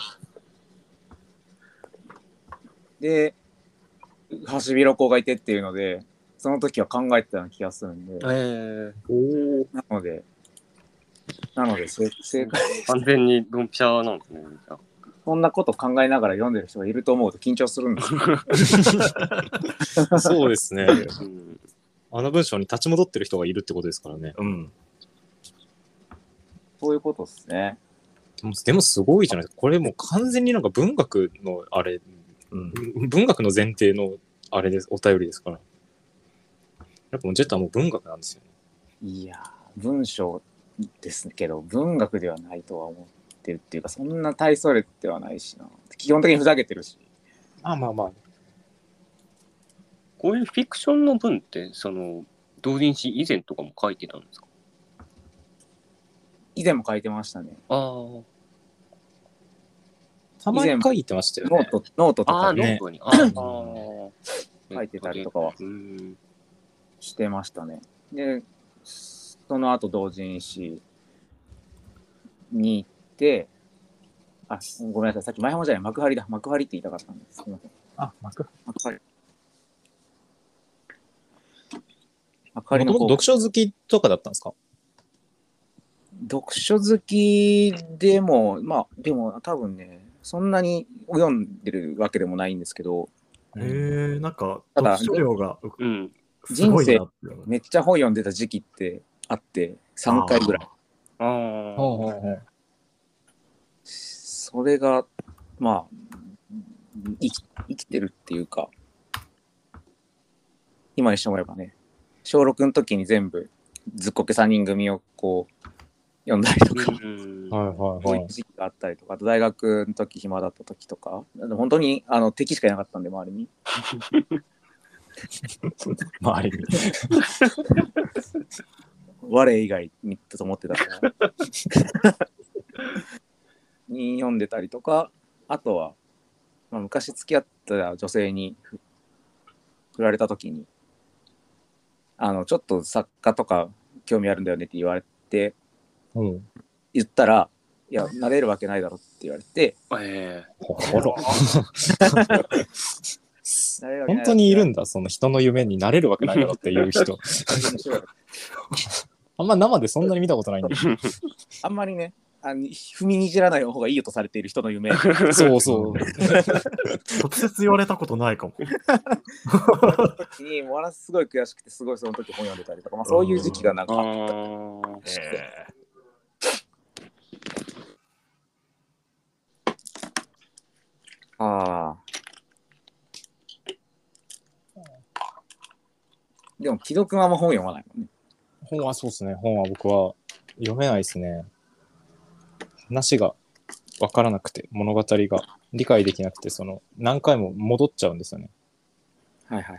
で、ハシビロコウがいてっていうので、その時は考えてたような気がするんで、
ええ
なので、なので、せ正解、
完全にドンピシャなんですね。じゃあ
そんなこと考えながら読んでる人がいると思うと緊張するんですよ。
そうですね。
うん
あの文章に立ち戻ってる人がいるってことですからね。
うん。
そういうことですね。
でも、でもすごいじゃないですか。これもう完全になんか文学のあれ、
うん。
文学の前提のあれです、お便りですから。やっぱもうジェットはもう文学なんですよね。
いやー、文章ですけど、文学ではないとは思ってるっていうか、そんな大それてはないしな。基本的にふざけてるし。
まあまあまあ。
こういうフィクションの文って、その、同人誌以前とかも書いてたんですか
以前も書いてましたね。
あー
たまに書いてましたよ
ノ
ね
ー。ト、ノートと
あー、
か
ね
ノートに。あーあー
書いてたりとかは
うん。
してましたね。で、その後同人誌に行って、あ、ごめんなさい。さっき前浜じゃない、幕張だ。幕張って言いたかったんです。すいません
あ、幕
幕張。幕張
張。もとも
の
と
こう
読書好きとかだったんですか
読書好きでも、まあ、でも多分ね、そんなに読んでるわけでもないんですけど、
へえ、なんか、
ただ
読書量が
うん。
すごいなっていう。
めっちゃ本読んでた時期ってあって、3回ぐらい。
あ
あ
あ。
それが、まあ、生き生きてるっていうか、今にしてもらえばね、小6の時に全部、ずっこけ3人組をこう、読んだりとか、
うん
はいはい
こう。
はいいう
時期があったりとか、あと大学の時暇だった時とか、あの本当にあの敵しかいなかったんで、周りに。
周りに。
我以外にと思ってたから。 に読んでたりとか、あとは、まあ、昔付き合ってた女性にふ振られた時に、あの、ちょっと作家とか興味あるんだよねって言われて、
うん。
言ったら、いや、なれるわけないだろって言われて、
え
ほら。
な
本
れるわけないだろ
当にいるんだ、その人の夢になれるわけないだろっていう 人。あんま生でそんなに見たことないんだけ
あんまりね、あの踏みにじらない方がいいよとされている人の夢。
ど。そうそう。
直接言われたことないかも。
にものすごい悔しくてすごいその時本読んでたりとか、まあ、そういう時期がなんか
あ
あっ
ー
たりして、ああでも木戸君はあんま本読まないもんね
本はそうですね。本は僕は読めないですね。話が分からなくて、物語が理解できなくて、その何回も戻っちゃうんですよね。
はいはい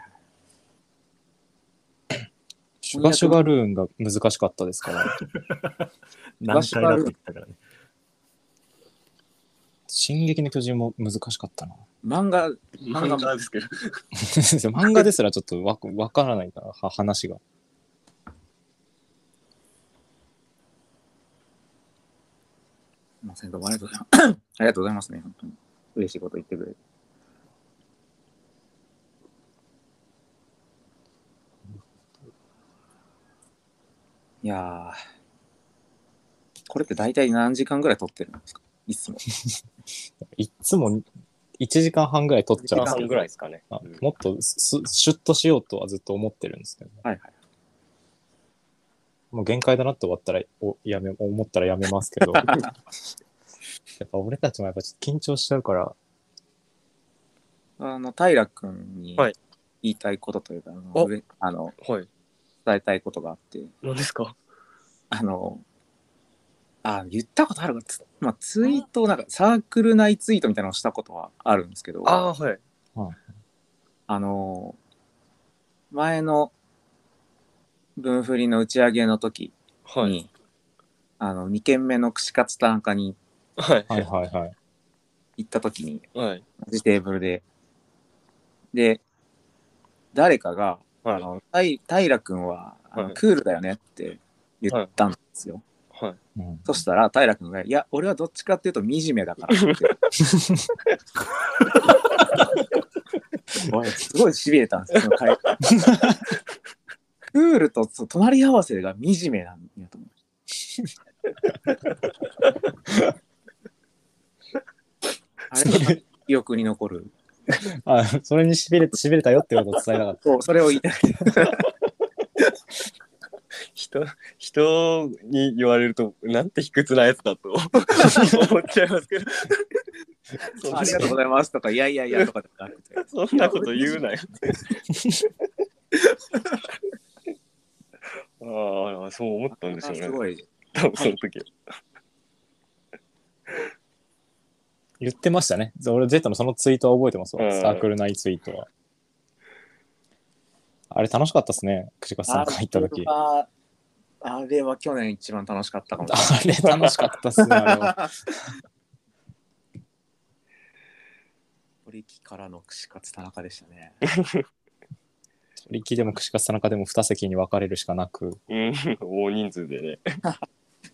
はい
シュガシュガルーンが難しかったですから、
何回だって言ったからね。
進撃の巨人も難しかったな。
漫画
漫画ですけど。
漫画ですらちょっとわ分からないから、は話が。
まあ、先生どうもありがとうございます。 ありがとうございますね、本当に。嬉しいこと言ってくれて。いやー、これって大体何時間ぐらい撮ってるんですかいつ も。
いっつも1時間半ぐらい取っちゃうんですけ
半
ど
ぐらいですかね。
あ
うん
もっとすシュッとしようとはずっと思ってるんですけど、ね、
はいはい。
もう限界だなって終わったらおやめ思ったらやめますけ どやっぱ俺たちもやっぱちょっと緊張しちゃうから
あの、平君に
は
言
い
いたいことというか、あの
お
うれあの
はい。
伝えたいことがあって、
何ですか
あの、あ、言ったことあるかつ、まあ、ツイート、なんかサークル内ツイートみたいなのをしたことはあるんですけど、
ああー、はい。
あのー前の分振りの打ち上げの時に、
はい。
あの2軒目の串カツ田中に
はい。
はいはいはい
行った時に
はい。
同じテーブルでで誰かが「
は
あ
い
のたい平君はあの
はい
クールだよね」って言ったんですよ、
はい。
うん
そしたら平君が「いや俺はどっちかっていうと惨めだから」 ってすごいしびれたんですよ、その会話クールとそう隣り合わせが惨めなんや と思う。あれが記憶に残る。
あそれにしびれしびれたよってことを伝えなかっ
そうそれを言いたい。
人、人に言われると、なんて卑屈なやつだと 思っちゃいますけ ど。そんな
ありがとうございますとか、いやいやいやとかでもなくて。
そんなこと言うなよ。 ああ、そう思ったんです
あす
よね。
ごい。
多分その時は。
た言ってましたね俺ゼットのそのツイートは覚えてますわ、
うん
サークル内ツイートはあれ楽しかったっすね串カツさんが行った時あ
ああれは去年一番楽しかったかもしれない。
れ楽しかったっすねあれ は
堀木からの串カツ田中でしたね。
取り木でも串カツ田中でも2席に分かれるしかなく
うん、大人数でね。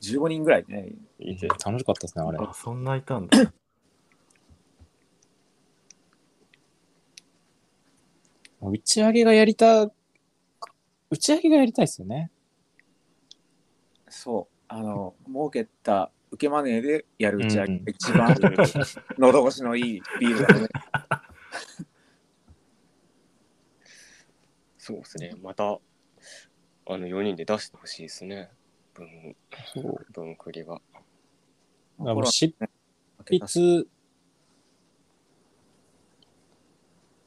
15人ぐらいね。
いて。
楽しかったっすねあれ
あそんないたんだ。
打ち上げがやりた打ち上げがやりたいっすよね
そう。あの、儲けた受けマネーでやる打ち上げ
うん
が一番喉越しのいいビールだね。
そうですね。また、あの、4人で出してほしいですね。文、文繰りは。
だからもう
心
執
がけたし
筆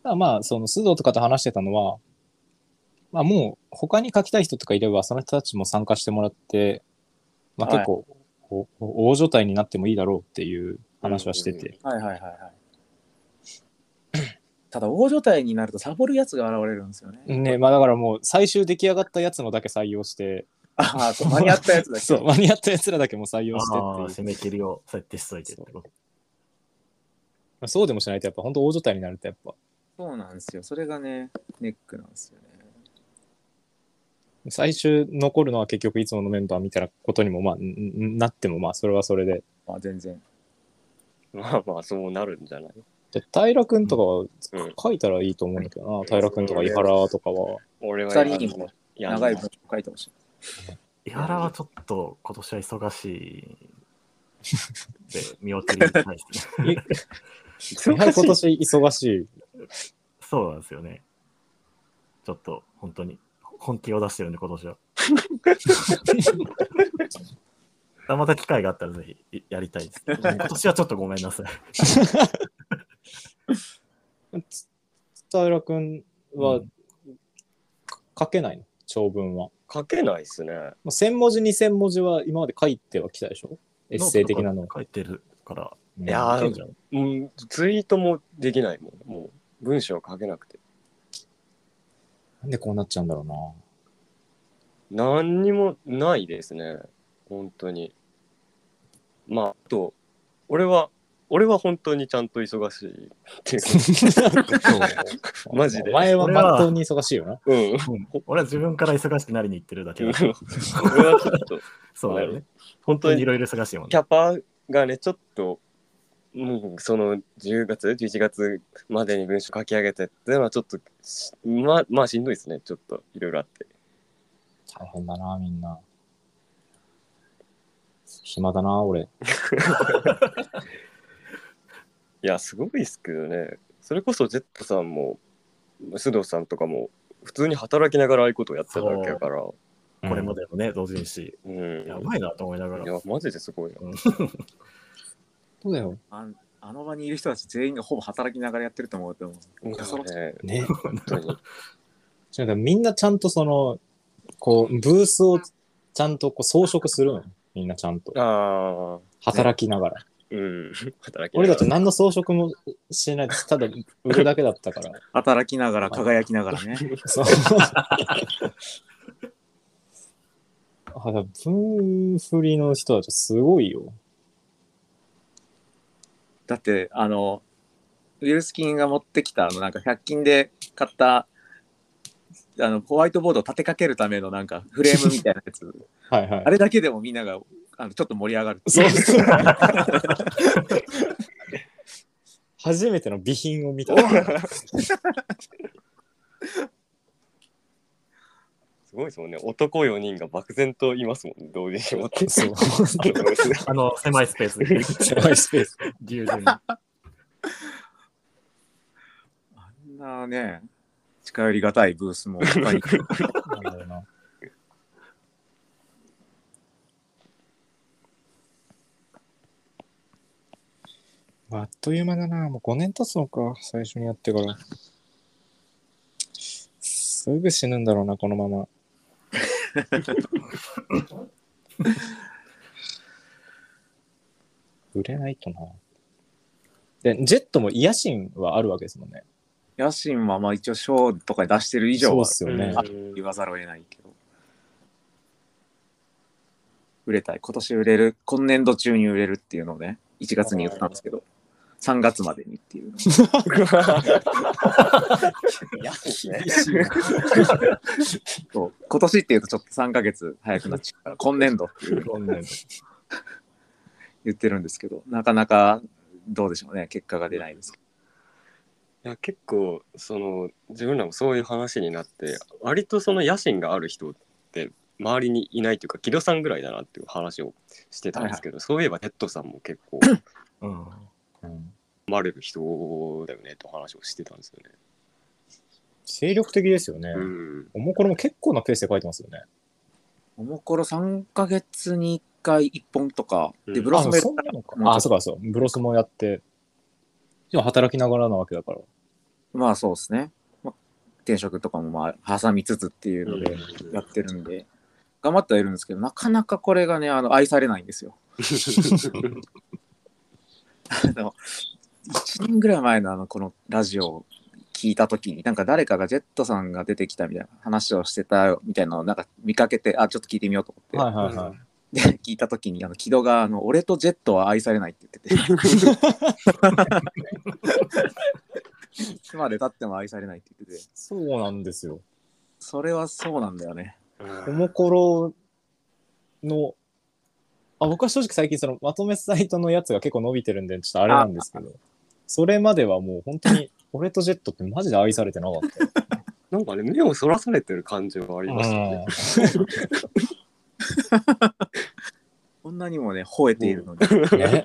あまあその須藤とかと話してたのはまあもう他に書きたい人とかいればその人たちも参加してもらってまあ
はい
結構、おお大所帯になってもいいだろうっていう話はしてて、
はいはいはいはい。ただ、大所帯になるとサボるやつが現れるんですよね。
ねまあだからもう最終出来上がったやつのだけ採用して
ああ、そう、間に合ったやつだけ
そう間に合ったやつらだけも採用して
ああー、
って
締
いう
め切りを設定しといてってこと。
まあそうでもしないとやっぱ本当大所帯になるとやっぱ
そうなんですよ。それがね、ネックなんですよね。
最終残るのは結局いつものメンバーみたいなことにもまあんんなってもまあそれはそれで
まあ、全然。
まあまあ、そうなるんじゃない
で平君とか
う
は
ん
書いたらいいと思うんだけどな、平君とか井原とかは。
俺は
二人にも
やんな
長い文章書いてほしい。
伊原はちょっと今年は忙しい。で、見送りに対して。
やはり今年忙しい。
そうなんですよね。ちょっと本当に本気を出してるんで、今年は。あまた機会があったらぜひいやりたいです。今年はちょっとごめんなさい。
つ平君は
うん
書けないの、長文は。
書けないっすね。
まあ1000文字、2000文字は今まで書いてはきたでしょエッセイ的なの
ノー。トとか書いてるから。
い
や
うんい
ー
けんじゃん
うん、ツイートもできないもん。もう、文章書けなくて。
なんでこうなっちゃうんだろう
何にもないですね。本当に。まあ、あと、俺は、俺は本当にちゃんと忙しいっていう。
な。
マジで
お前はまっとうに忙しいよな。
うん。
俺は自分から忙しくなりに行ってるだ けだから。
俺はちょっと、
そうだよね。
本
本当
当
に
に
いろいろ忙しいもん
キ
ね。
ャパがね、ちょっと、うん、その10月、11月までに文章書き上げてっていうのはちょっとし、まあ、まあしんどいですね。ちょっといろいろあって。
大変だな、みんな。暇だな、俺。
いや、すごいっすけどね。それこそ、ジェットさんも、須藤さんとかも、普通に働きながらああいうことをやってたわけだから。う
これまでもね、同時にし。
ん。
やばいなと思いなが
い
ら。
や、マジですごいな。
そうだよ。
あんあの場にいる人たち全員がほぼ働きながらやってると思うと思う。
だ
そ
か
の
らね、
ね。
本当に。
違うだからみん なちゃんとその、こう、ブースをちゃんとこう装飾するのよみんなちゃんと。
ああ、
働きながら。
うん。 働きながら
俺たち何の装飾もしないただ売るだけだった から。
働きながら、輝きながらね。
そう。 あ、だブーフリの人たちすごいよ。
だって、あの、ウィルスキンが持ってきた、あの、なんか100均で買った、あの、ホワイトボードを立てかけるためのなんかフレームみたいなやつ、
はいはい。
あれだけでもみんなが、あの、ちょっと盛り上 がる。
そうそう。初めての備品を見た。
すごいですもんね。男4人が漠然といますもんね。同時に持って。
そう。
あの、狭いスペースで、
狭いスペース。
自由に。
あんなね、近寄りがたいブースも他
な
に、
んだろうな。まああっという間だな。もう5年経つのか。最初にやってから。すぐ死ぬんだろうな、このまま。 売れないとな。で、ジェットも野心はあるわけですもんね。
野心はまあ一応ショーとかに出してる以上
そうっ
は
すよね。
うん
言わざるを得ないけど。売れたい。今年売れる。今年度中に売れるっていうのをね、1月に言ったんですけど、3月までにっていうのを。そう今年っていうとちょっと3ヶ月早くなっちゃうから、今年度っていう言ってるんですけど、なかなかどうでしょうね。結果が出ないですけ
いや結構その自分らもそういう話になって割とその野心がある人って周りにいないというか木戸さんぐらいだなっていう話をしてたんですけど、そういえばテッドさんも結 構
うん。
うん
生まれる人だよねって話をしてたんですよね。
精力的ですよね。
うん、
おもこれも結構なペースで書いてますよね。
ど。おもころ3ヶ月に1回1本とか、
う
で、
ん
ブロスもやった
そん
ら
なのか。
もうちょっと
あ、そうか、そう。ブロスもやって、今働きながらなわけだから。
まあそうですね。まあ、転職とかもまあ挟みつつっていうので
うん
やってるんで、頑張ってはいるんですけど、なかなかこれがね、あの愛されないんで すよ。あの1年ぐらい前のあのこのラジオを聞いた時に、なんか誰かがジェットさんが出てきたみたいな話をしてたよみたいなのをなんか見かけて、あ、ちょっと聞いてみようと思って。
はいはいはい。
で聞いた時にあの木戸があの「俺とジェットは愛されない」って言って ていつまで経っても愛されないって言ってて
そうなんですよ。
それはそうなんだよね
おもころの、あ、僕は正直最近そのまとめサイトのやつが結構伸びてるんで、ちょっとあれなんですけど、それまではもう本当 に、俺とジェットってマジで愛されてなかった。
なんかね目をそらされてる感じはありましたね。
こんなにもね吠えているのに、
うんね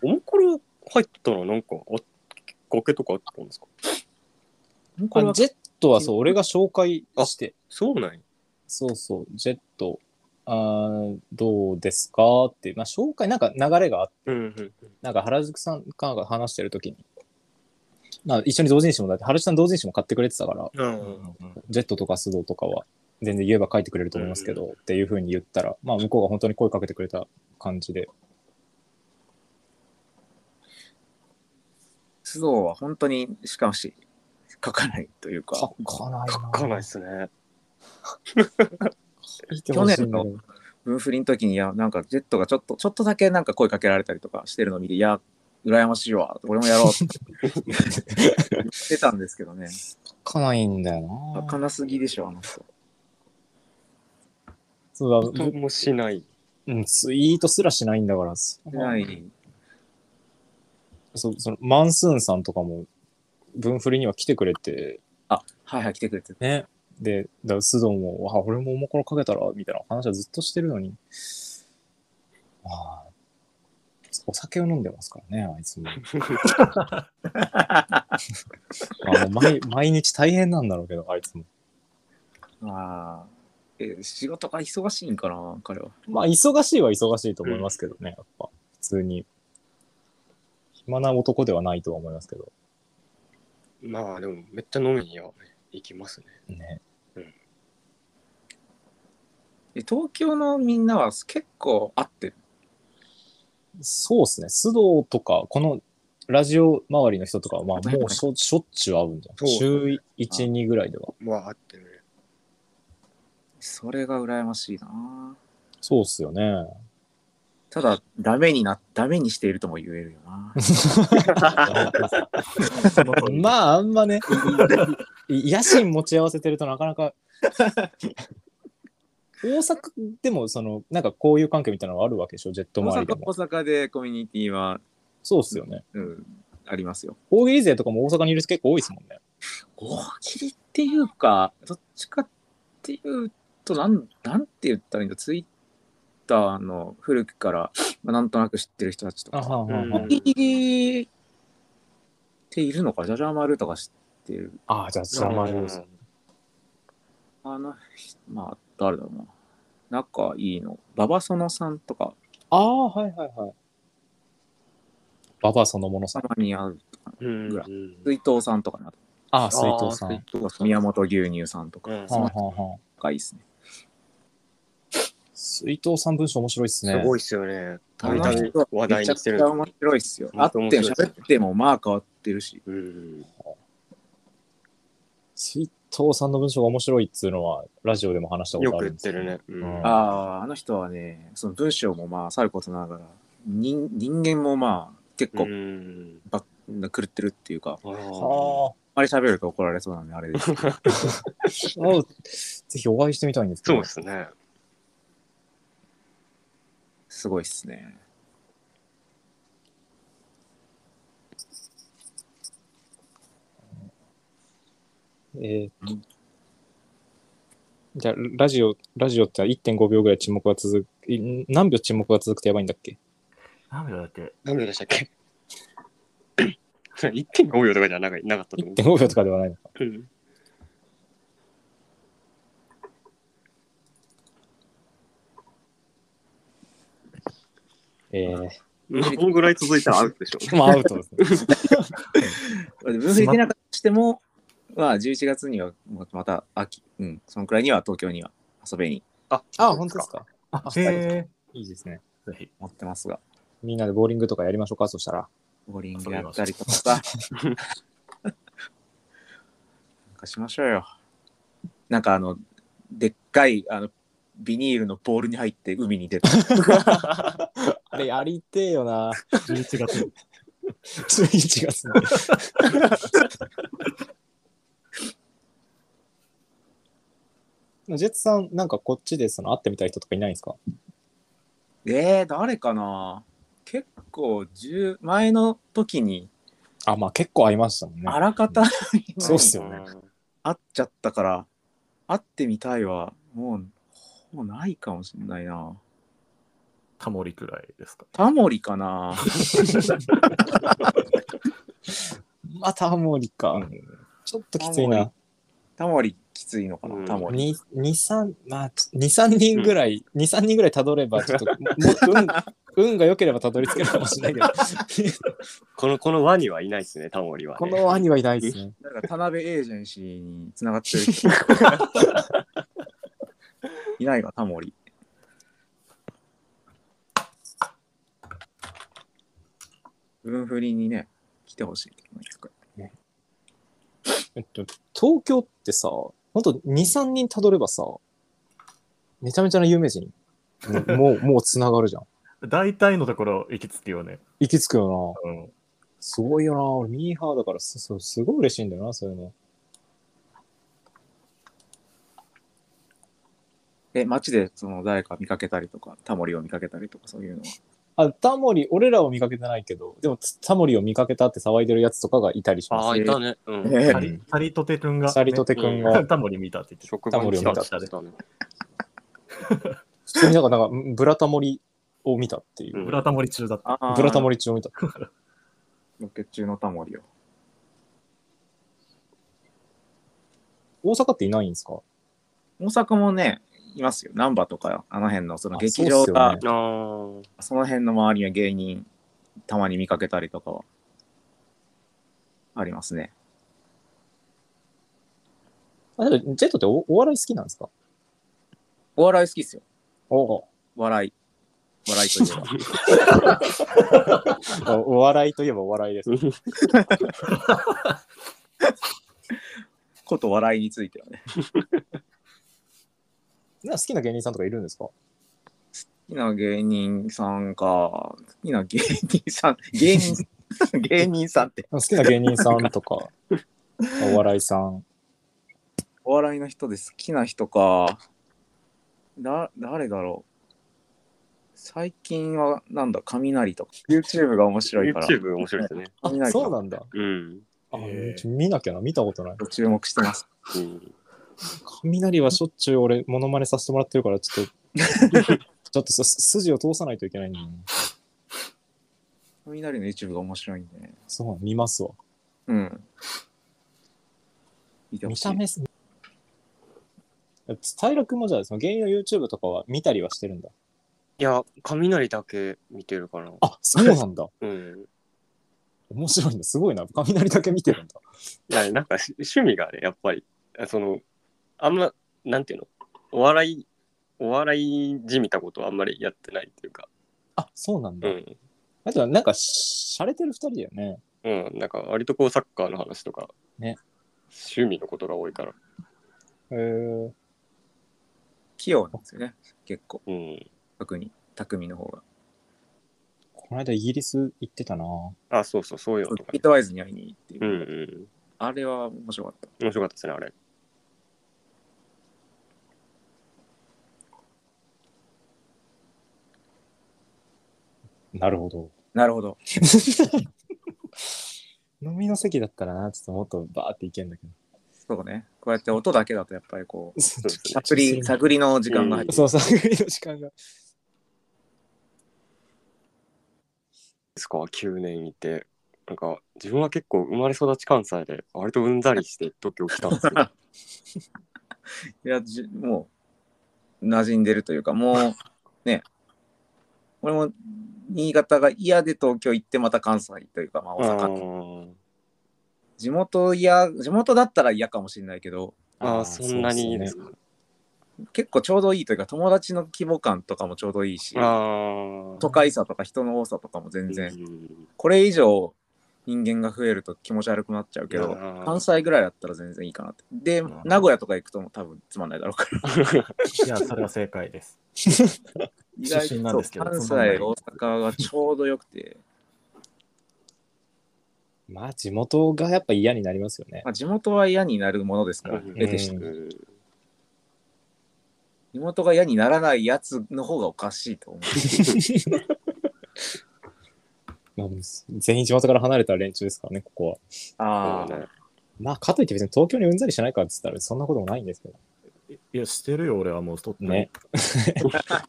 おもころ入ったらなんかあっきっかけとかあったんですか
これ
あ
は
ジェット はそう、俺が紹介して、
そうなんや。
そうそう、ジェット、あーどうですかって、まあ、紹介、なんか流れがあって
うんうん
なんか原宿さんかが話してるときに、まあ、一緒に同人誌もだって、原宿さん同人誌も買ってくれてたから、
う
うんん
ジェットとか須藤とかは全然言えば書いてくれると思いますけど、っていうふうに言ったら、まあ、向こうが本当に声かけてくれた感じで、
須藤は本当にしかし書かないというか
書かないな。
書かないですね。
去年の。
文振りの時にいやなんかジェットがちょっとちょっとだけなんか声かけられたりとかしてるのを見ていや羨ましいわ俺もやろうって言ってたんですけど ね
書かないんだよ
書か
な。
なすぎでしょあの人
そうだ
音、もしない。
うん、ツイートすらしないんだから、そう
ない
そうそのマンスーンさんとかも、文振りには来てくれて、
あはいはい来てくれて
ね。で、だから須藤も、あ、俺もおもころかけたら、みたいな話はずっとしてるのに。ああ。お酒を飲んでますからね、あいつ も。あもう毎毎日大変なんだろうけど、あいつも。
まあ、え仕事が忙しいんかな、彼は。
まあ、忙しいは忙しいと思いますけどね、やっぱ。普通に。暇な男ではないとは思いますけど。
まあでもめっちゃ飲みには行きますね。
ね。
え東京のみんなは結構会ってる。
そうですね。須藤とか、このラジオ周りの人とかは、まあ、もうしょしょっちゅう会うんじゃん。
そう
週1、2ぐらいでは。
まああってね。
それが羨ましいな。
そうっすよね。
ただ、ダメにな、ダメにしているとも言えるよな。
その通 り
まあ、あんま ね、い野心持ち合わせてるとなかなか。大阪でも、その、なんか交友関係みたいなのがあるわけでしょ、ジェット
大
周りで
阪、
も
大。阪でコミュニティは、
そうっすよね。
うん、ありますよ。
大喜利勢とかも大阪にいる人結構多いですもんね。
大喜利っていうか、どっちかっていうと、なん、なんて言ったらいいんだ、ツイッターの古くから、まあ、なんとなく知ってる人たちとか、
は
はあは
大喜利っているのか、ジャジャマルとか知ってる。
ああ、じゃあ、じゃあ、
まあ
あの、まあ、誰だろうな。仲いいの。馬場園さんとか、
ああ、はいはいはい。ババそのものさ
た
ん。
まに会う。
うん
ぐら水藤さんとかな、
ああ、水藤さん。
あー
は
水藤さん
宮本牛乳さんとか、
うん
あはあはあ
がいいっすね。
水藤さん文章面白いっすね。
すごいっすよね。た
あ
び
の
たび
人
話題にして
め
る
ちゃくちゃ。面白いっすよ。会
本
っ
当面
て
白い
も
っすね
喋っても、まあ変わってるし。
うん
水藤さんの文章が面白いっつうのは、ラジオでも話したこ
よ
とあ
く
る
言っ
んです
て
けど
るね。うん
うん
ああ、あの人はね、その文章もまあさることながら、人人間もまあ結構
うん
ば、狂ってるっていうか、
あー
はあ
あれ喋ると怒られそうなんで、あれで。
あぜひお会いしてみたいんですけ
そう
ど
で。すね。
すごいっすね。
えーっと
うん
じゃあ、ラジオ、ラジオって1.5秒ぐらい沈黙が続く、い何秒沈黙が続くとやばいんだっけ
何秒だっけ
何秒でしたっけ ?1.5 秒とかじゃなかなかったと思う。
?1.5 秒とかではないのか。
うん
えー、
ま あこのぐらい続いたらアウトでしょう ね。
まあアウトですね。
分振りできなかったとしても、まあ11月にはもうまた秋、うん、そのくらいには東京には遊びに
あ、
あ、本当ですか。
あ、
へ
え
いいですね。
ー。ぜひ。
持ってますが、
みんなでボーリングとかやりましょうか、そしたら。
ボーリングやったりとかさ、なんかしましょうよ。なんかあの、でっかいあのビニールのボールに入って海に 出た。
あれ、やりてえよ な。
11月。
11月 の。ジェッツさん、なんかこっちでその会ってみたい人とかいないんですか
えー、誰かな結構10、前の時に、
あ、まあ結構会いましたもんね。
あらかた、
そうっすよね。
会っちゃったから、会ってみたいは、もう、ほぼないかもしれないな。
タモリくらいですか。
タモリかな
またハモリか、ちょっときついな。
タモリきついのか
う
な、
ん
タモリ。
に二三まあ、二三人ぐらい、二三人ぐらいたどれば、ちょっと、も 運、運が良ければたどり着けるかもしれないけど、
この、この輪にはいないですね、タモリは、ね。
この兄はいないですね。
だから田辺エージェンシーにつながってる 人いないか、タモリ。文振りにね、来てほしいけどね。
えっと、東京ってさ、ほんと2、3人たどればさ、めちゃめちゃな有名人、も う、もうつながるじゃん。
大体のところ行き着くよね。
行き着くよ
うん。
な。すごいよな。俺、ミーハーだからす、すすごい嬉しいんだよな、そういうの。
え、街でその誰か見かけたりとか、タモリを見かけたりとか、そういうのは。
あ、タモリ、俺らを見かけてないけど、でもつタモリを見かけたって騒いでるやつとかがいたりし
あ
ま
あ、
す。
いたね。う
え
ん。
ー
サリサリトテ君が。
サリトテ君が、
タモリ見たって言って
職場に来たって言ってたね。
普通になんか、なんか、ブラタモリを見たっていうう。
ん
裏タモリ中だった。
あー
ブラタモリ中を見た。
ロケ中のタモリを。
大阪っていないんですか
大阪もね、いますよ。難波とか、あの辺の、その
あ
劇場
そうっすよ
が
ね、
あー
その辺の周りには芸人、たまに見かけたりとかは、ありますね。
あでもジェットっておお笑い好きなんですか
お笑い好きっすよ。
お
笑い。笑いといえば。
おお笑いといえばお笑いです。
こと笑いについてはね。
なんか好きな芸人さんとかいるんですか
きな芸人さんか。好きな芸人さん、芸人、 芸人さんって。
好きな芸人さんとか、お笑いさん。
お笑いの人で好きな人か。だ、誰だろう。最近は、なんだ、雷とか。YouTube が面白いから。
YouTube 面白いですね。
あ
見ない、か
そうなんだ。
うん。
あ
へー
見なきゃな、見たことない。
注目してます。
うん、
雷はしょっちゅう俺、モノマネさせてもらってるから、ちょっと、ちょっとさ筋を通さないといけないんだよね
雷の YouTube が面白いんでね。
そう、見ますわ。
うん。見てほ
見
しい
た。目す。平楽もじゃあ、その芸人の YouTube とかは見たりはしてるんだ。
いや、雷だけ見てるから。
あ、そうなんだ。
うん。
面白いんだ。すごいな。雷だけ見てるんだ。
いやなんかし趣味がね、やっぱり、その、あんま、なんていうの、お笑い、お笑いじみたことはあんまりやってないっていうか、
あ、そうなんだ
う。ん。
あとは、なんか、しゃれてる二人だよね。
うん、なんか、割とこう、サッカーの話とか、
ね
趣味のことが多いから、
へえ。
器用なんですよね。結構。
うん。
特に、匠の方が。
この間、イギリス行ってたな。
あ、そうそう、そういうのとか
ビー
ね。
トワイズに会いに行っていうう。
んうん。
あれは面白かった。
面白かったですね、あれ。
なるほど。
なるほど。
飲みの席だったらな、ちょっともっとバーって行けんだけど。
そうね。こうやって音だけだとやっぱりこう、
そう
ですね
探り、探りの時間が入って、
そう、探りの時間が。
ですか9年いてなんか自分は結構生まれ育ち関西で割とうんざりして時起きたんですけど
いや、じもう、馴染んでるというか、もう、ね、俺も、新潟が嫌で東京行ってまた関西というか、まあ
う
大阪。
ん
地元嫌、地元だったら嫌かもしれないけど、
ああそんなにいいですか
結構ちょうどいいというか、友達の規模感とかもちょうどいいし、
ああ
都会さとか人の多さとかも全然、
うん
これ以上人間が増えると気持ち悪くなっちゃうけ
う
ど、
ん
関西ぐらいだったら全然いいかなって。で
ん、
名古屋とか行くとも多分つまんないだろうから。
いや、それは正解です。
意外
出身なん
と
ですけど
関
つまんな
西、
い
大阪がちょうどよくて、
まあ、地元がやっぱ嫌になりますよね。
まあ、地元は嫌になるものですから、
うん
得てし
うん
うん
地元が嫌にならないやつの方がおかしいと思う。
まあ全員地元から離れた連中ですからね、ここは。
あ
そう
あ、
ね
まあ、かといって別に東京にうんざりしないかって言ったら、そんなこともないんですけど。
いや、してるよ、俺はもう、とっても
ね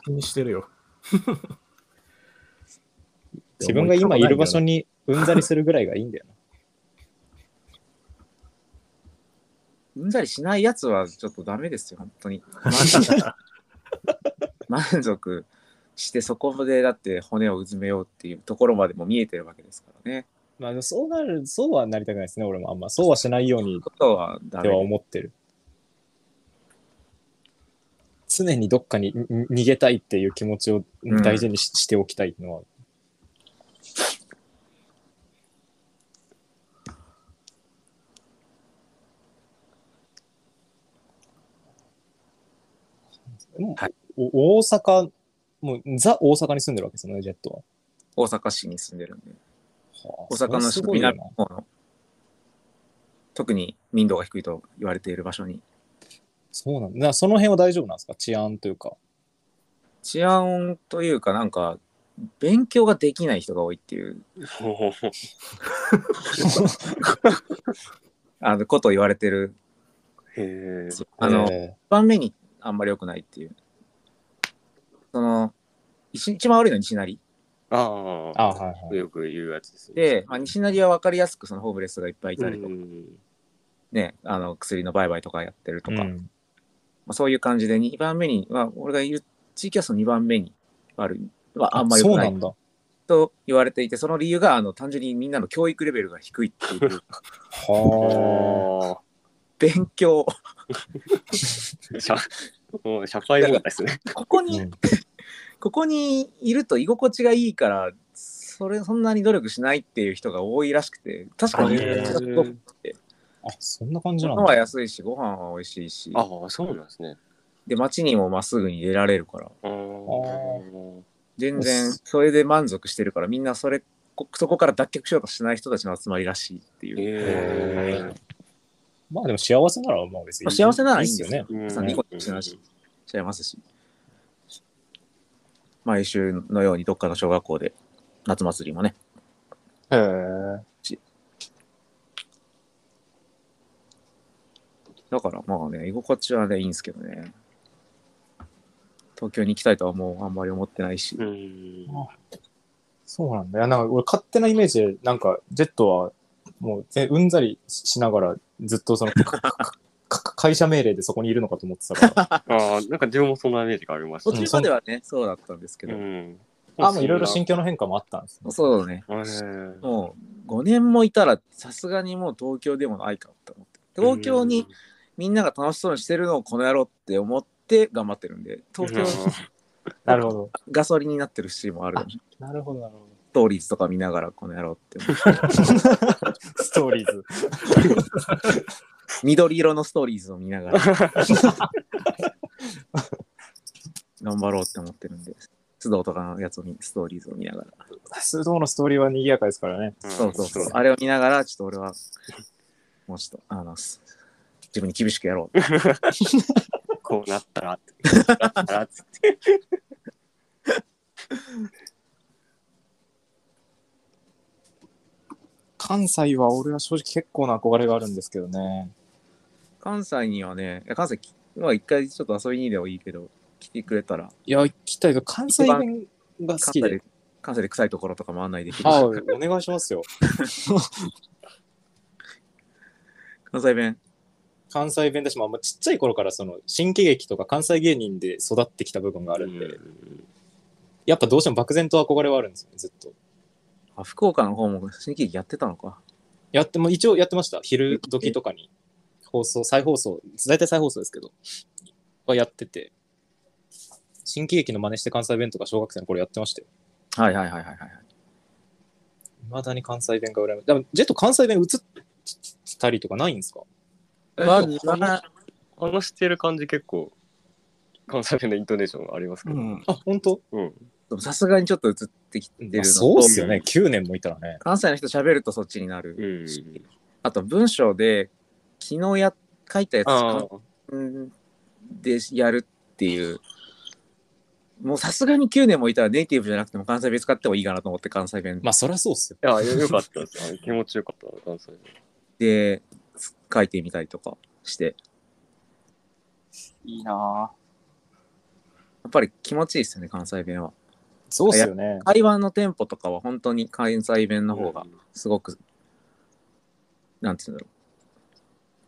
気にしてるよ。
自分が今いる場所
に。
にうんざりするぐらいがいいんだよな。
うんざりしないやつはちょっとダメですよ、本当に。満足満足して、そこでだって骨をうずめようっていうところまでも見えてるわけですからね。
まあ、でもそうなる、そうはなりたくないですね、俺も。あんまそうはしないようにっ
ことはダ
て
メ
は。思ってる。常にどっかにん逃げたいっていう気持ちを大事にし,、しておきたいのは。もう
はい
お大阪、もうザ大阪に住んでるわけですよね、ジェットは。
大阪市に住んでるんで。
はあ
大阪の市
それす
の
ごいよ
南
な
の方の、特に民度が低いと言われている場所に。
そうなんだ。なその辺は大丈夫なんですか治安というか。
治安というか、なんか、勉強ができない人が多いっていう、
ほほほ
あの、ことを言われてる。
へえ
あの、
え
一番目にあんまり良くないっていう。その、一一番悪いのは西成。
あ
ー
あ
あはいはい。
よく言うやつですね
で、まあ、西成は分かりやすくそのホームレスがいっぱいいたりと
う
か、
ん
ね、あの薬の売買とかやってるとか、
う
ま
ん
あ、そういう感じで2番目に、まあ、俺がいる地域はその2番目に悪い、まあ、あんま良
そ
く
う
な
ないんだ。
と言われていて、その理由があの単純にみんなの教育レベルが低 いっていう
は
あ
勉強、
あ社もう社会問題ですね
ここ
あ。
に、
うん
ここにいると居心地がいいから、それそんなに努力しないっていう人が多いらしくて、確かに
へー
す ごくて、
あ、そんな感じなん
物は
だ。
安いし、ご飯は美味しいし、
ああそうなんですね
で街にもまっすぐに出られるから
あー
全
お
然
っ
それで満足してるからみんなそれこそこから脱却しようとしない人たちの集まりらしいっていう、
えー
まあでも幸せならまあ別に。
まあ幸せならいいんですよ
ね。
うん
さニコニコしないししちゃいますし毎週のようにどっかの小学校で夏祭りもね
へえ。
だからまあね居心地はねいいんですけどね東京に行きたいとはもうあんまり思ってないし、
うん
そうなんだよ。なんか俺勝手なイメージで、なんかジェットはもうぜうんざりしながらずっとそのかかか会社命令でそこにいるのかと思ってたから。
ああ、なんか自分もそんなイメージがありまし
途
た。
中まではねそうだったんですけど、
ん。
あ、もういろいろ心境の変化もあったんですね。
そうね
へ
もう5年もいたらさすがにもう東京でもないかと思って東京にみんなが楽しそうにしてるのをこの野郎って思って頑張ってるんで東京に
なるほど。
ガソリンになってるシーンもあるかもしれない
なるほど、なるほ
ストーリーズとか見ながらこの野郎って思う
ど。ストーリーズ。
緑色のストーリーズを見ながら頑張ろうって思ってるんで須藤とかのやつを見ストーリーズを見ながら
須藤のストーリーは賑やかですからね。
そうそうそう。あれを見ながら、ちょっと俺は、もうちょっと、あの、す自分に厳しくやろう。
こうなったら って、こうなったらって。
関西は俺は正直結構な憧れがあるんですけどね。
関西にはね、いや関西、まあ一回ちょっと遊びにでもいいけど、来てくれたら、
いや、行きたいけど、関西弁が好
関
き
西
で
で。、関西で臭いところとかも案内できるし
あ、お願いしますよ。
関西弁、
関西弁だし、まあ、まあちっちゃい頃からその新喜劇とか関西芸人で育ってきた部分があるんで、やっぱどうしても漠然と憧れはあるんですよね、ずっと。
あ福岡の方も新喜劇やってたのか。
やっても、一応やってました。昼時とかに放送、再放送、大体再放送ですけど、はやってて、新喜劇の真似して関西弁とか小学生の頃やってましたよ。
はいはいはいはいはい。
いまだに関西弁が羨ましい。でも、ジェット関西弁映ったりとかないんですか
ま
え
あまあ
話してる感じ結構、関西弁のイントネーションがありますけど。うん。
あ、本当
でもさすがにちょっと映ってきてるのと、
そうっすよね。9年もいたらね。
関西の人喋るとそっちになる。
うん。
あと文章で、昨日や書いたやつ、
ああ。
でやるっていうもうさすがに9年もいたらネイティブじゃなくても関西弁使ってもいいかなと思って関西弁
まあ、そりゃそうっすよ。
いや、よよかったです。あの気持ちよかったな、関西弁。
で書いてみたりとかして
いいな
やっぱり気持ちいいですよね関西弁は
そうっすよね。
会話のテンポとかは本当に関西弁の方がすごく、なんていうんだろう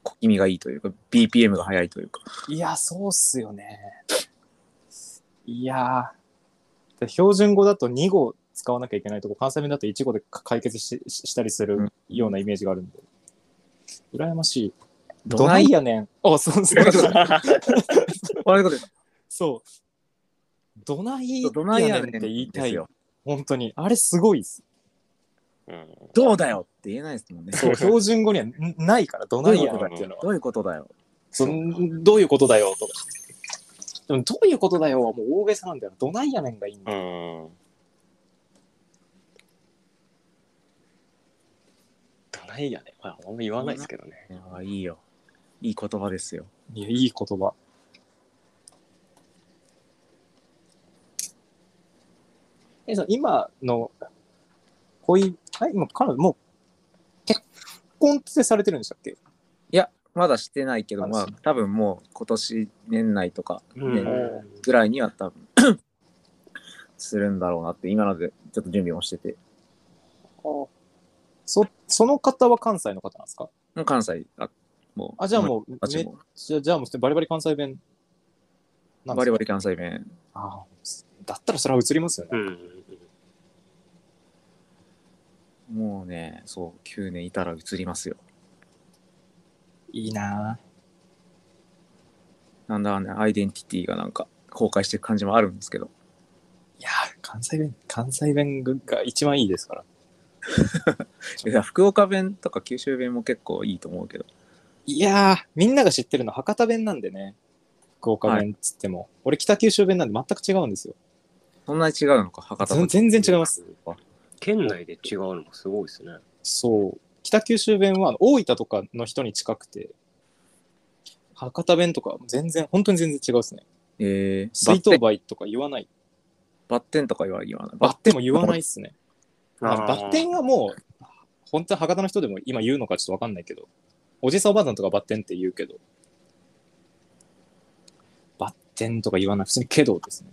小気味がいいというか BPM が速いというか
いや、そうっすよね。いやーで標準語だと2語使わなきゃいけないとこ、関西弁だと1語でか解決しししたりす
う
るようなイメージがあるんで。羨ましい。
ど
ど
な
ないいやねん。あ、そう そう
こういうことです
そう。どない
どないや
やね
ねん
んってて
っ言
言
い
い
た
た
い
い
よ
よ。本当に。あれすごいっす。
うん。
どうだよって言えないですもんね
そう、標準語にはんないから、どないやねんっていうのは。
どういうことだよ
そんどういうことだよとか。でも、どういうことだよはもう大げさなんだよ。どないやねんがいいんだ
う
よ。
ん。どないやね。まあ、あんま言わないですけどね。
いやいいよいい言葉ですよ
いや、いい言葉。え、その今の恋、あ今、彼女、もう、結婚ってされてるんでしたっけ
いや、まだしてないけど、
あ
まあ
そう、
多分もう今年年内とか
う
ねぐらいには多分するんだろうなって、今のでちょっと準備もしてて、
そ、その方は関西の方なんですか
もう関西、あもう、
あ、じゃあもう、
あっ
め
ち
っ
も
ちゃ、じゃあもう、バリバリ関西弁なんで
バ
す
リ
か
バリ関西弁。
あーだったらそれは映りますよね。
うん。
もうね、そう、9年いたら移りますよ。
いいなぁ
なんだかんだアイデンティティがなんか崩壊していく感じもあるんですけど、
いやー関西弁、関西弁が一番いいですから。
いや福岡弁とか九州弁も結構いいと思うけど、
いやーみんなが知ってるのは博多弁なんでね。福岡弁っつっても、俺北九州弁なんで全く違うんですよ。
そんなに違うのか、博多と
全然違います。
あ
県内で違うのもすごいですね。
そう。北九州弁はあの大分とかの人に近くて、博多弁とか全然、本当に全然違うですね。
えー、
水
バッテ
筒
ン
梅とか言わない。
バッテンとか言わ言わない。
バッテンも言わないっすね。
あ
まあ
ー
バッテンはもう、本当に博多の人でも今言うのかちょっとわかんないけど、おじさんおばあさんとかバッテンって言うけど、バッテンとか言わない、普通にけどですね。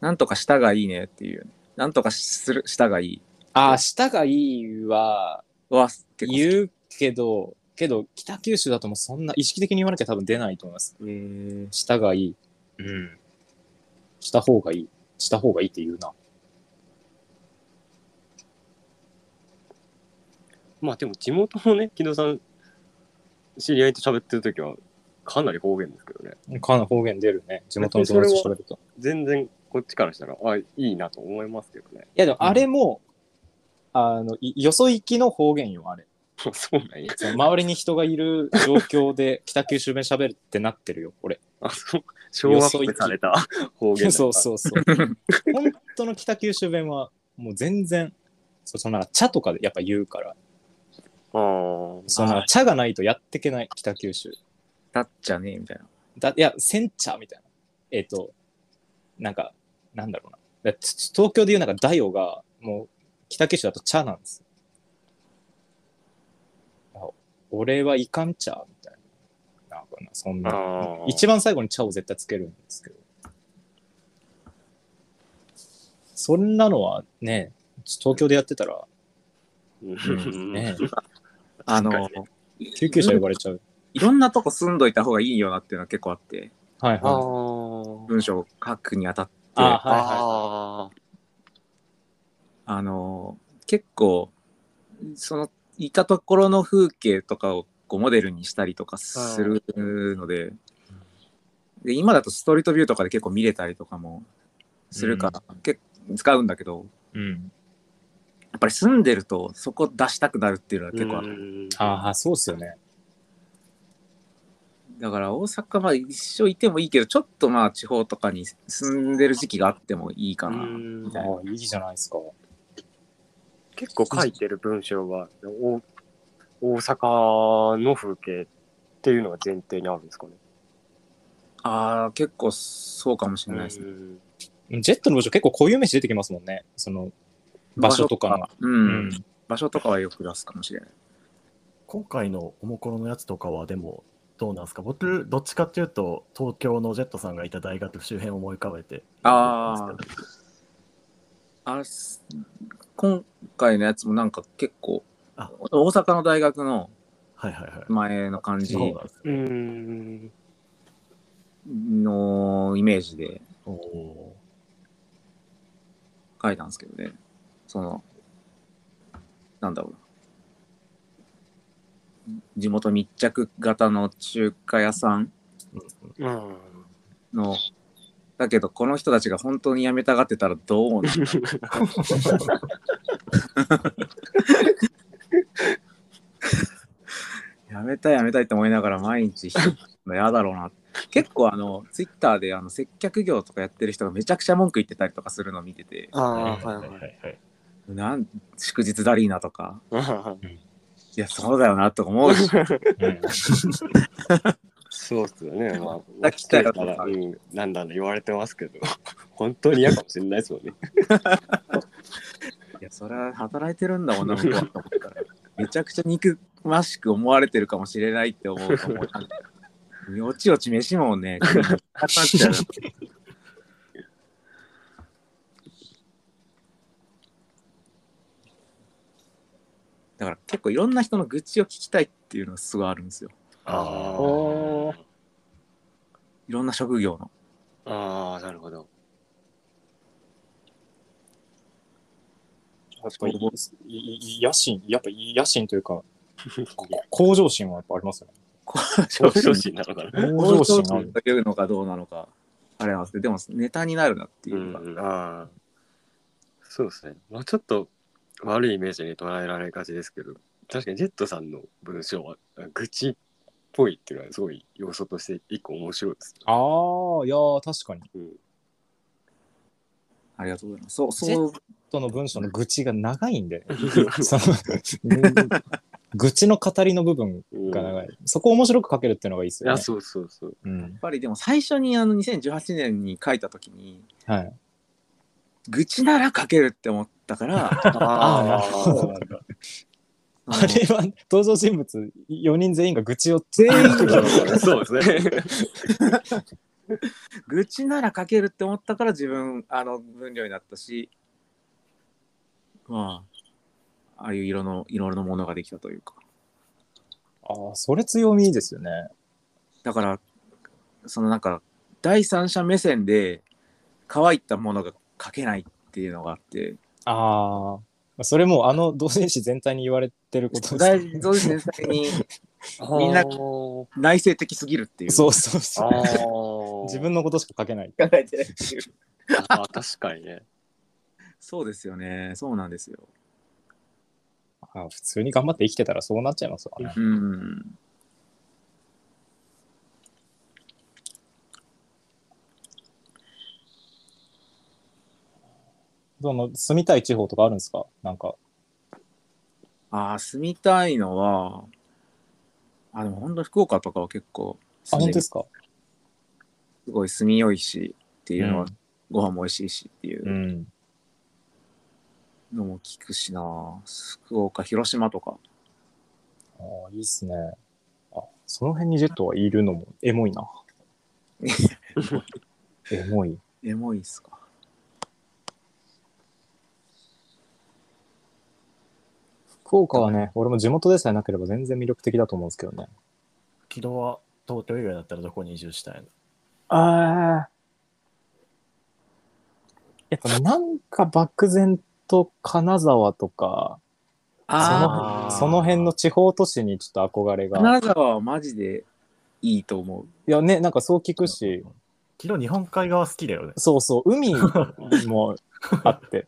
なんとかしたがいいねっていうよね。なんとかするしたがいい
ああ、舌がいいは
は結構好き
言うけど、けど北九州だともうそんな意識的に言わなきゃ多分出ないと思います。
えー、
舌がいい、
うん。
した方がいい、した方がいいって言うな。
まあでも地元のね、木戸さん、知り合いと喋ってるときは、かなり方言ですけどね。
かなり方言出るね。地元の友達と喋ると。
全然こっちからしたら、あ、いいなと思いますけどね。
いやでもあれも、あの、いよそ行きの方言よ、あれ。
そうなんや。
その周りに人がいる状況で 北九州弁喋るってなってるよ、俺。
あ、そう。昭和っぽくされた方言だった
そうそうそう。 本当の北九州弁はもう全然、そうそのなんか茶とかでやっぱ言うから、
あー
そのなんか茶がないとやってけない北九州。
たっちゃねみたいな。
だいや、煎茶みたいな。えっ、と、なんか、なんだろうな。だつつ東京でいうなんか、だよが、もう、北九州だと茶なんです。あ俺はいかん茶みたいな。なんかな、そん
あ
な。
ー。
一番最後に茶を絶対つけるんですけど。そんなのはね、東京でやってたら、
うん
ね、
あ
確
の、
救急車呼ばれちゃう。
いろんなとこ住んどいた方がいいよなっていうのは結構あって、
はい
あ
はい。
ー
文章を書くにあたって、
あはいはいはい。
あ
あの結構そのいたところの風景とかをこうモデルにしたりとかするので,、で今だとストリートビューとかで結構見れたりとかもするから、結構使うんだけど
うん。
やっぱり住んでるとそこ出したくなるっていうのは
ー
結構ある、
うん
ああ、そうっすよね。
だから大阪まあ一生いてもいいけどちょっとまあ地方とかに住んでる時期があってもいいかな、
うん
みたい
あ
な
あ、いいじゃないですか。
結構書いてる文章はお大阪の風景っていうのが前提にあるんですかね。
ああ結構そうかもしれないですね、
うん
ジェットの文章結構固有名詞出てきますもんね。その場所とかの。
う、
うん
場所とかはよく出すかもしれない
今回のおもころのやつとかはでもどうなんですか僕どっちかっていうと東京のジェットさんがいた大学周辺を思い浮かべて
ああす今回のやつもなんか結構
あ
大阪の大学の
はいはいはい
前の感じ
そうなんです
うん。
のイメージで
おお
書いたんですけどねそのなんだろうな地元密着型の中華屋さん
ー、
うん。
のだけどこの人たちが本当に辞めたがってたらどうなるやめたいやめたいって思いながら毎日人の嫌だろうな結構あのツイッターであの接客業とかやってる人がめちゃくちゃ文句言ってたりとかするの見てて
ああ、
うん
はい
は
は
いはいい
は。
はいいはい
なん祝日だりーなとか
うん
いやそうだよなとか思うし
うん
そうっすよね。まあ、
だ
来
来
た
た
ら
ら、
うん、なんだんだ言われてますけど、 本当に嫌かもしれないですもんね。
いやそれは働いてるん だ女の子はと思ったらめちゃくちゃ憎ましく思われてるかもしれないって思うと思 うよちよち飯もねだから結構いろんな人の愚痴を聞きたいっていうのがすごいあるんですよ。
あ
あ
いろんな職業の。
ああ、なるほど。
やっぱりいい野心、やっぱ野心というか、こ向上心はやっぱありますよね。
上昇心なのかな。
向上心ある。
というのかどうなのか。あれなんですけどでもネタになるなっていううか。
ん、ああ。そうですね。まあちょっと悪いイメージに捉えられがちですけど、確かにジェットさんの文章は愚痴ぽいっていうのはすごい要素として一個面白いです。
ああ、いやー、確かに。
うん、
ありがとうございます。そう、そう、
との文章の愚痴が長いん で、その愚痴の語りの部分
うん
が長い。そこを面白く書けるっていうのがいいです
い
よ
や
ね。
そうそうそう。
うん
やっぱりでも最初にあの2018年に書いた時に、
はい、
愚痴なら書けるって思ったから、
あーなるほどあれは登場人物4人全員が愚痴を全員
そ うそうそうですね。
愚痴なら書けるって思ったから自分あの分量になったしまあああいう色のいろいろなものができたというか
ああ、それ強みですよね。
だからそのなんか第三者目線で乾いたものが書けないっていうのがあって
ああ、それもうあの同人誌全体に言われてることです
大
よね
同時全体に
み
み
ん
ん
な
な
あー
内省的すぎるっていう
そうそうそう。
あー
自分のことしか書けない。
考えてないっていう
あー確かにね。
そうですよねそうなんですよ
あー普通に頑張って生きてたらそうなっちゃいますわね。
うん
その住みたい地方とかあるんですかなんか。
ああ住みたいのはあでも本当福岡とかは結構
あ、
住
本
んで
当
み
ですか
すごい住みよいしっていうのは、
うん。
ご飯も美味しいしっていううんのも聞くしな、福岡広島とか
ああ、いいっすね。あ、その辺にジェットがいるのもエモい な。エモい。
エモいっすか
福岡はね、俺も地元でさえなければ全然魅力的だと思うんですけどね。
木戸は東京以外だったらどこに移住したいの
ああ。やっぱなんか漠然と金沢とか、そ
あ
の
ー
その辺の地方都市にちょっと憧れ
あ
が。
金沢はマジでいいと思う
いやね、なんかそう聞くし、
木戸日本海側好きだよね。
そうそう、海もあって。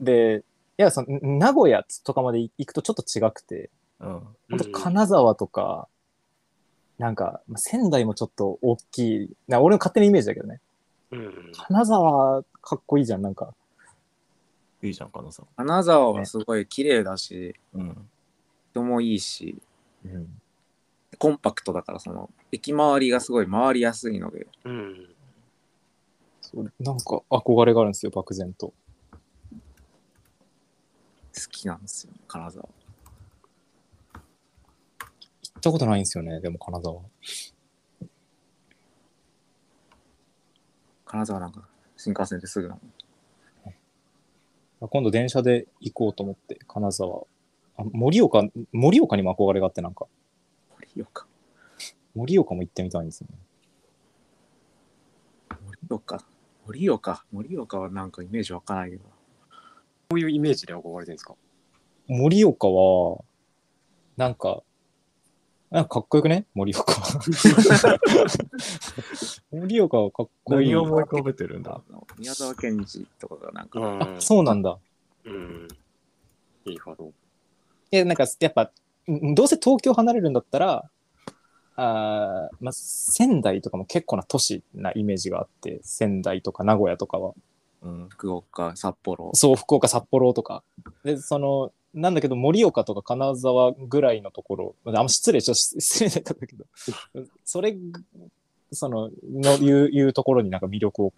で、いや、その名古屋とかまで行くとちょっと違くて、
うん。
本当金沢とか、なんかまあ仙台もちょっと大きい、な俺の勝手なイメージだけどね。
うん
金沢かっこいいじゃん、なんか。
いいじゃん、金沢。
金沢はすごい綺麗だし
うん。
人もいいし
うん
コンパクトだからその駅周りがすごい回りやすいので
うん
そうなんか憧れがあるんですよ、漠然と。
好きなんですよ金沢
行ったことないんですよね、でも金沢。
金沢なんか新幹線ですぐなの
今度電車で行こうと思って、金沢。あ盛岡、盛岡にも憧れがあって、なんか、
盛岡
盛岡も行ってみたいんですよね。
盛岡盛岡盛岡はなんかイメージ湧かないけど
こういうイメージで憧れてるんですか
盛岡は、なんか、なんかかっこよくね盛 岡。盛岡はかっこいい
何を。思い浮かべてるんだ
あの宮沢賢治とかがなんか
あ、そうなんだ。
うん。いいほど。
いや、なんか、やっぱ、んどうせ東京離れるんだったら、あーまあ、仙台とかも結構な都市なイメージがあって、仙台とか名古屋とかは。
うん。
福岡、札幌。
そう、福岡、札幌とか。で、その、なんだけど、盛岡とか金沢ぐらいのところ、あんま失礼、ちょっと失礼 だったんだけど、それ、その、のいう、いうところになんか魅力を。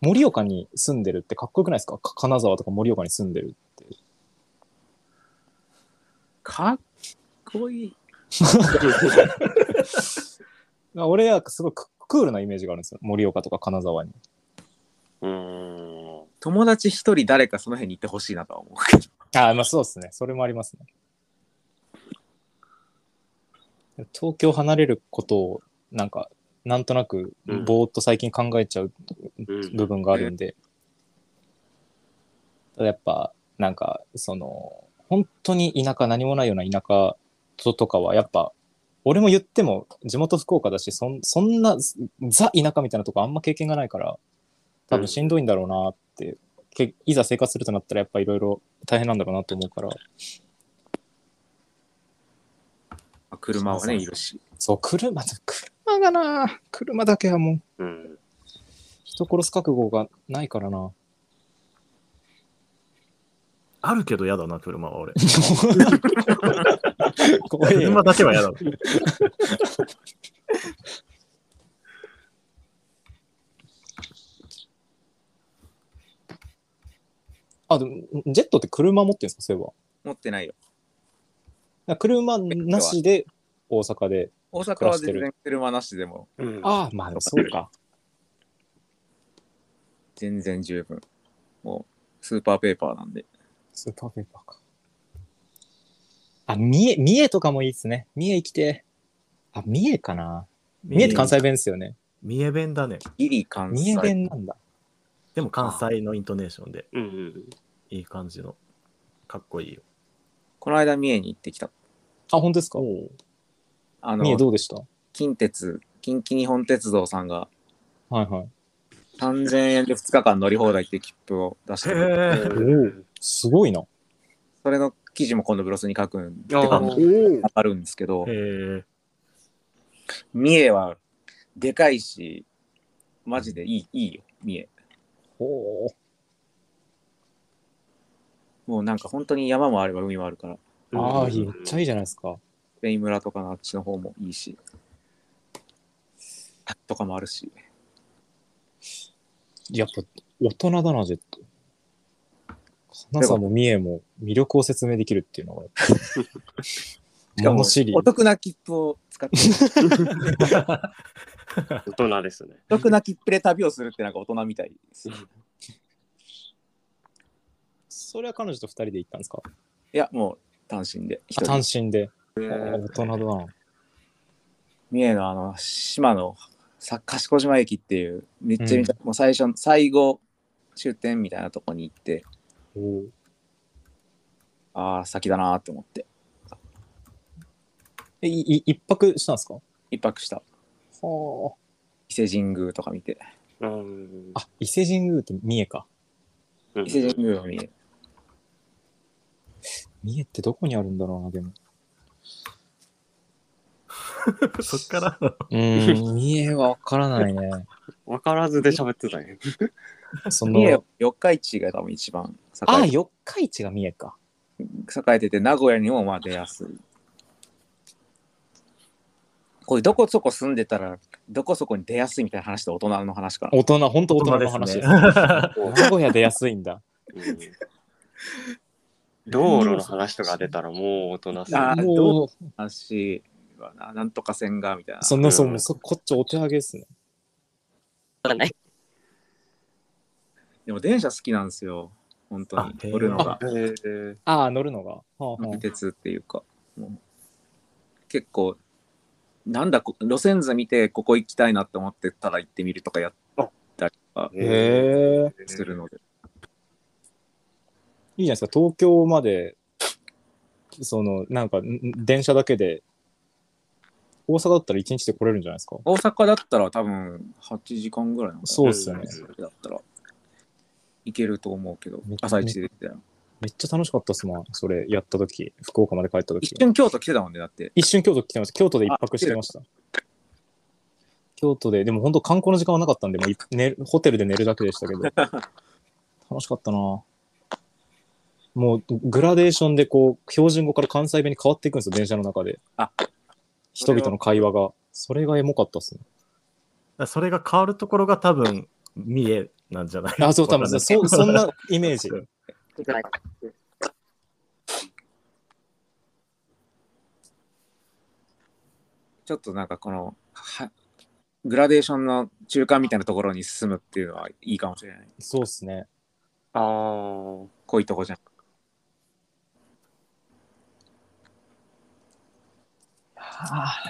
盛岡に住んでるってかっこよくないですかか金沢とか盛岡に住んでる。
かっこいい。
俺はすごいククールなイメージがあるんですよ。盛岡とか金沢に。
うん。
友達一人誰かその辺に行ってほしいなとは思うけど。
ああ、まあそうですね。それもありますね。東京離れることを、なんか、なんとなく、
うん
ぼーっと最近考えちゃう部分があるんで、ただやっぱ、なんか、その、本当に田舎、何もないような田舎ととかは、やっぱ、俺も言っても地元福岡だし、そんそんな、ザ田舎みたいなとこあんま経験がないから、多分しんどいんだろうなって、けいざ生活するとなったら、やっぱいろいろ大変なんだろうなと思うから、
あ車は
そうそう
ね、
そ
い
う
るし。
そう、車だ、車がな、車だけはもう、
うん。
人殺す覚悟がないから な。
あるけど嫌だな、車は俺。
怖え
車
よ。
だけは嫌だ。
あ、でも、ジェットって車持ってるんですか、そういえば。
持ってないよ。
なんか車なしで大阪で。
大阪
暮ら
は
して
全
る
然車なしでも
うん、
ああ、まあでもそうか。
全然十分。もう、スーパーペーパーなんで。
スーパーペーパーか。あ、三重、三重とかもいいですね。三重行きてえ。あ、三重かな。三重って関西弁ですよね。
三重弁だね。
ギリ関
三
西
重。弁なんだ。
でも関西のイントネーションで、
うんうん。
いい感じの。かっこいいよ。
この間、三重に行ってきた。
あ、本当ですか
お
あ
三重
の、
どうでした
近鉄、近畿日本鉄道さんが
はいはい。
3000円で2日間乗り放題って切符を出してくれて、
へえ。
うん
すごいな。
それの記事も今度ブロスに書くんで、
ああ、
あ
お
るんですけど
へ、え。
三重はでかいし、マジでいいいいよ、三重。
ほ
もうなんか本当に山もあれば海もあるから、
う。ああ、めっちゃいいじゃないですか。
スペイン村とかのあっちの方もいいし、滝とかもあるし、
やっぱ大人だな、ジェット。金沢も三重も魅力を説明できるっていうのが。
しかも
物知り
お得な切符を使って、
大人ですね。
お得な切符で旅をするってなんか大人みたいです。い
それは彼女と二人で行ったんですか
や、もう単身で、一
あ
人
単身で。あ
うん
大人だな。
三重のあの、島のさ賢島駅っていう、めっちゃめちゃ、もう最初の、最後、終点みたいなとこに行って、ああ、先だなーって思って、
え、いい一泊したんですか
一泊した。
は
伊勢神宮とか見て、
うん
あ。あ、伊勢神宮って三重か。
うん
伊勢神宮を見て、
三重ってどこにあるんだろうな、でも。
そっから。
うー ん、三重はわからないね。
わからずで喋ってたね。
そ
三重は
の、
四日市が多分一番
ああ、
栄え
四日市が三重か。
栄えてて、名古屋にもまあ出やすい。これどこそこ住んでたら、どこそこに出やすいみたいな話と大人の話かな。
大人、本当大人の話です。名古屋出やすいん だ。
うん道路の話とか出たらもう大人っすね
あーど
もう、
話はな、なんとか線がみたいな。
そんな、そう、もうそこっちお手上げですね。
でも電車好きなんですよ。本当に
あへ。ー
乗るのが。
へー
ああ、乗るのが。はあはあ
地鉄っていうか。もう結構、なんだこ、路線図見て、ここ行きたいなって思ってたら行ってみるとかやったりとか
へ
へえ。
ー
するので。
いいじゃないですか、東京まで、その、なんか、んん電車だけで、大阪だったら1日で来れるんじゃないですか。
大阪だったら多分8時間ぐらいなのかな
そうですよね。
それだったら行けると思うけど
めっちゃ
朝一で出てたよ
めっちゃ楽しかったっすもん、それやったとき、福岡まで帰ったとき
一。瞬京都来てたもんねだって
一瞬京都来てました。京都で一泊してました。京都で、でも本当観光の時間はなかったんで、もうい寝るホテルで寝るだけでした けど、楽しかったなもうグラデーションでこう、標準語から関西弁に変わっていくんですよ、電車の中で。
あ
人々の会話が。それがエモかったっすね。
それが変わるところが多分、三重なんじゃない
あ、そう、多
わかんな
分
い
そ、そんなイメージ。
ちょっとなんかこのはグラデーションの中間みたいなところに進むっていうのはいいかもしれない
そうっすね。
あー
こういうとこじゃん
ああ、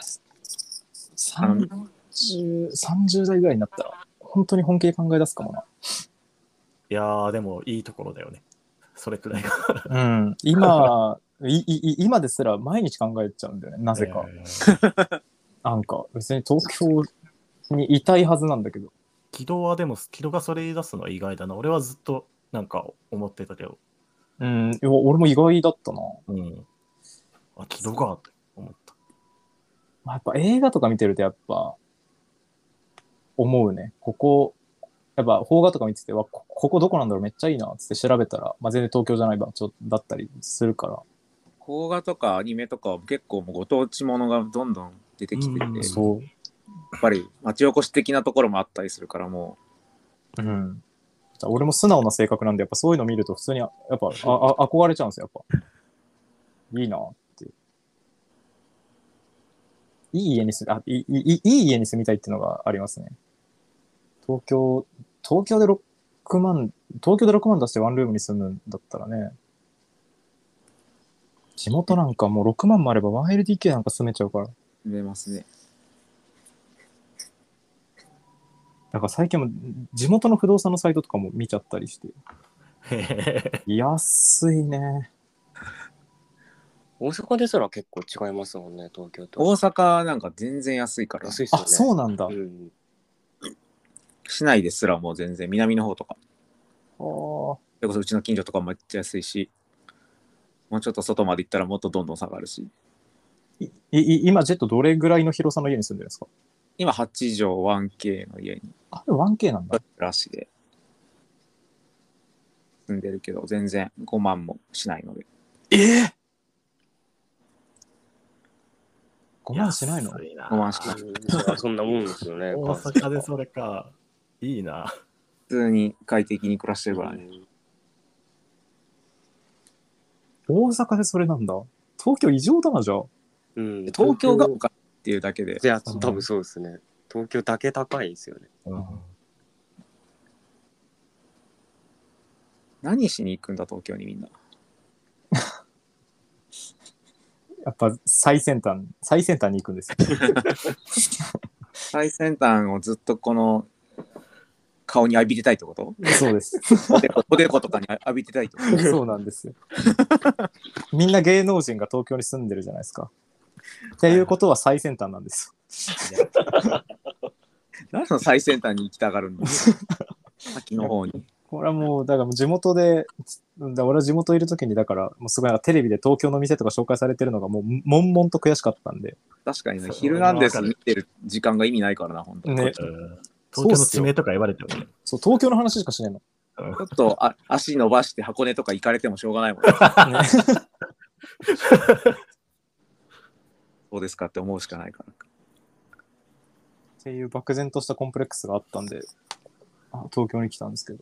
あの
30 30代ぐらいになったら、本当に本気で考え出すかもな。
いやー、でもいいところだよね。それくらいが。
うん、 今いいい今ですら毎日考えちゃうんだよねなぜか、
えー
なんか別に東京にいたいはずなんだけど
軌道はでも、軌道がそれ言い出すのは意外だな。俺はずっとなんか思ってたけど、
うんいや俺も意外だったな
うん。あ、軌道がって思った。
まあ、やっぱ映画とか見てるとやっぱ思うね。ここ、やっぱ邦画とか見てて、わこここどこなんだろうめっちゃいいなっつって調べたら、まあ、全然東京じゃない場所だったりするから。
邦画とかアニメとかは結構もうご当地ものがどんどん出てきてて、
うん
やっ
そ
ぱり町おこし的なところもあったりするからも
う。うん。俺も素直な性格なんで、やっぱそういうの見ると普通に、やっぱああ憧れちゃうんですよ、やっぱ。いいなって。いい家に住み、あ、いいいいい家に住みたいっていうのがありますね。東京、東京で6万、東京で6万出してワンルームに住むんだったらね、地元なんかもう6万もあれば 1LDK なんか住めちゃうから。
う見えますね。
だから最近も地元の不動産のサイトとかも見ちゃったりして。
へへへ
安いね。
大阪ですら結構違いますもんね、東京
大
と。
阪なんか全然安いから、
安いっすよ
あ
ね。、
そうなんだ。
うん
市内ですらもう全然南の方と
あ
か、それこそうちの近所とかもめっちゃ安いし、もうちょっと外まで行ったらもっとどんどん下がるし、
いい今、ジェットどれぐらいの広さの家に住んでるんですか
今8畳 1K の家に
あ、でも 1K なんだ。
暮らしで住んでるけど、全然5万もしないので。
ええ
へ
5万しないの
安
5万しかない
うんそんなもんですよね。
大阪でそれか。いいな。
普通に快適に暮らしてるからね。
うん
大阪でそれなんだ。東京異常だな、じゃあ。
うん
東京がおかっていうだけで
い、や、多分そうですね。東京だけ高いですよね。
何しに行くんだ、東京にみんな。
やっぱ最先端、最先端に行くんですよ。
最先端をずっとこの顔に浴びてたいってこと
そうです。
おでこ おでことかに浴びてたいってこと
そうなん ですよ。みんな芸能人が東京に住んでるじゃないですか。っていうことは最先端なんですよ。
何の最先端に行きたがるんだ先の方に。
これはもう、だからもう地元で、だから俺は地元いるときに、だから、もうすごいなんかテレビで東京の店とか紹介されてるのが、もう、悶々と悔しかったんで。
確かにね、
そう
ヒルナンデス見てる時間が意味ないからな、本当に。
ね
うん
そうっ
東京の
す
地
よ
名とか言われてもね。
そう、東京の話しかしないの。
ちょっとあ足伸ばして箱根とか行かれてもしょうがないもんね。 そうですかって思うしかないから。
っていう漠然としたコンプレックスがあったんで、あ東京に来たんですけど。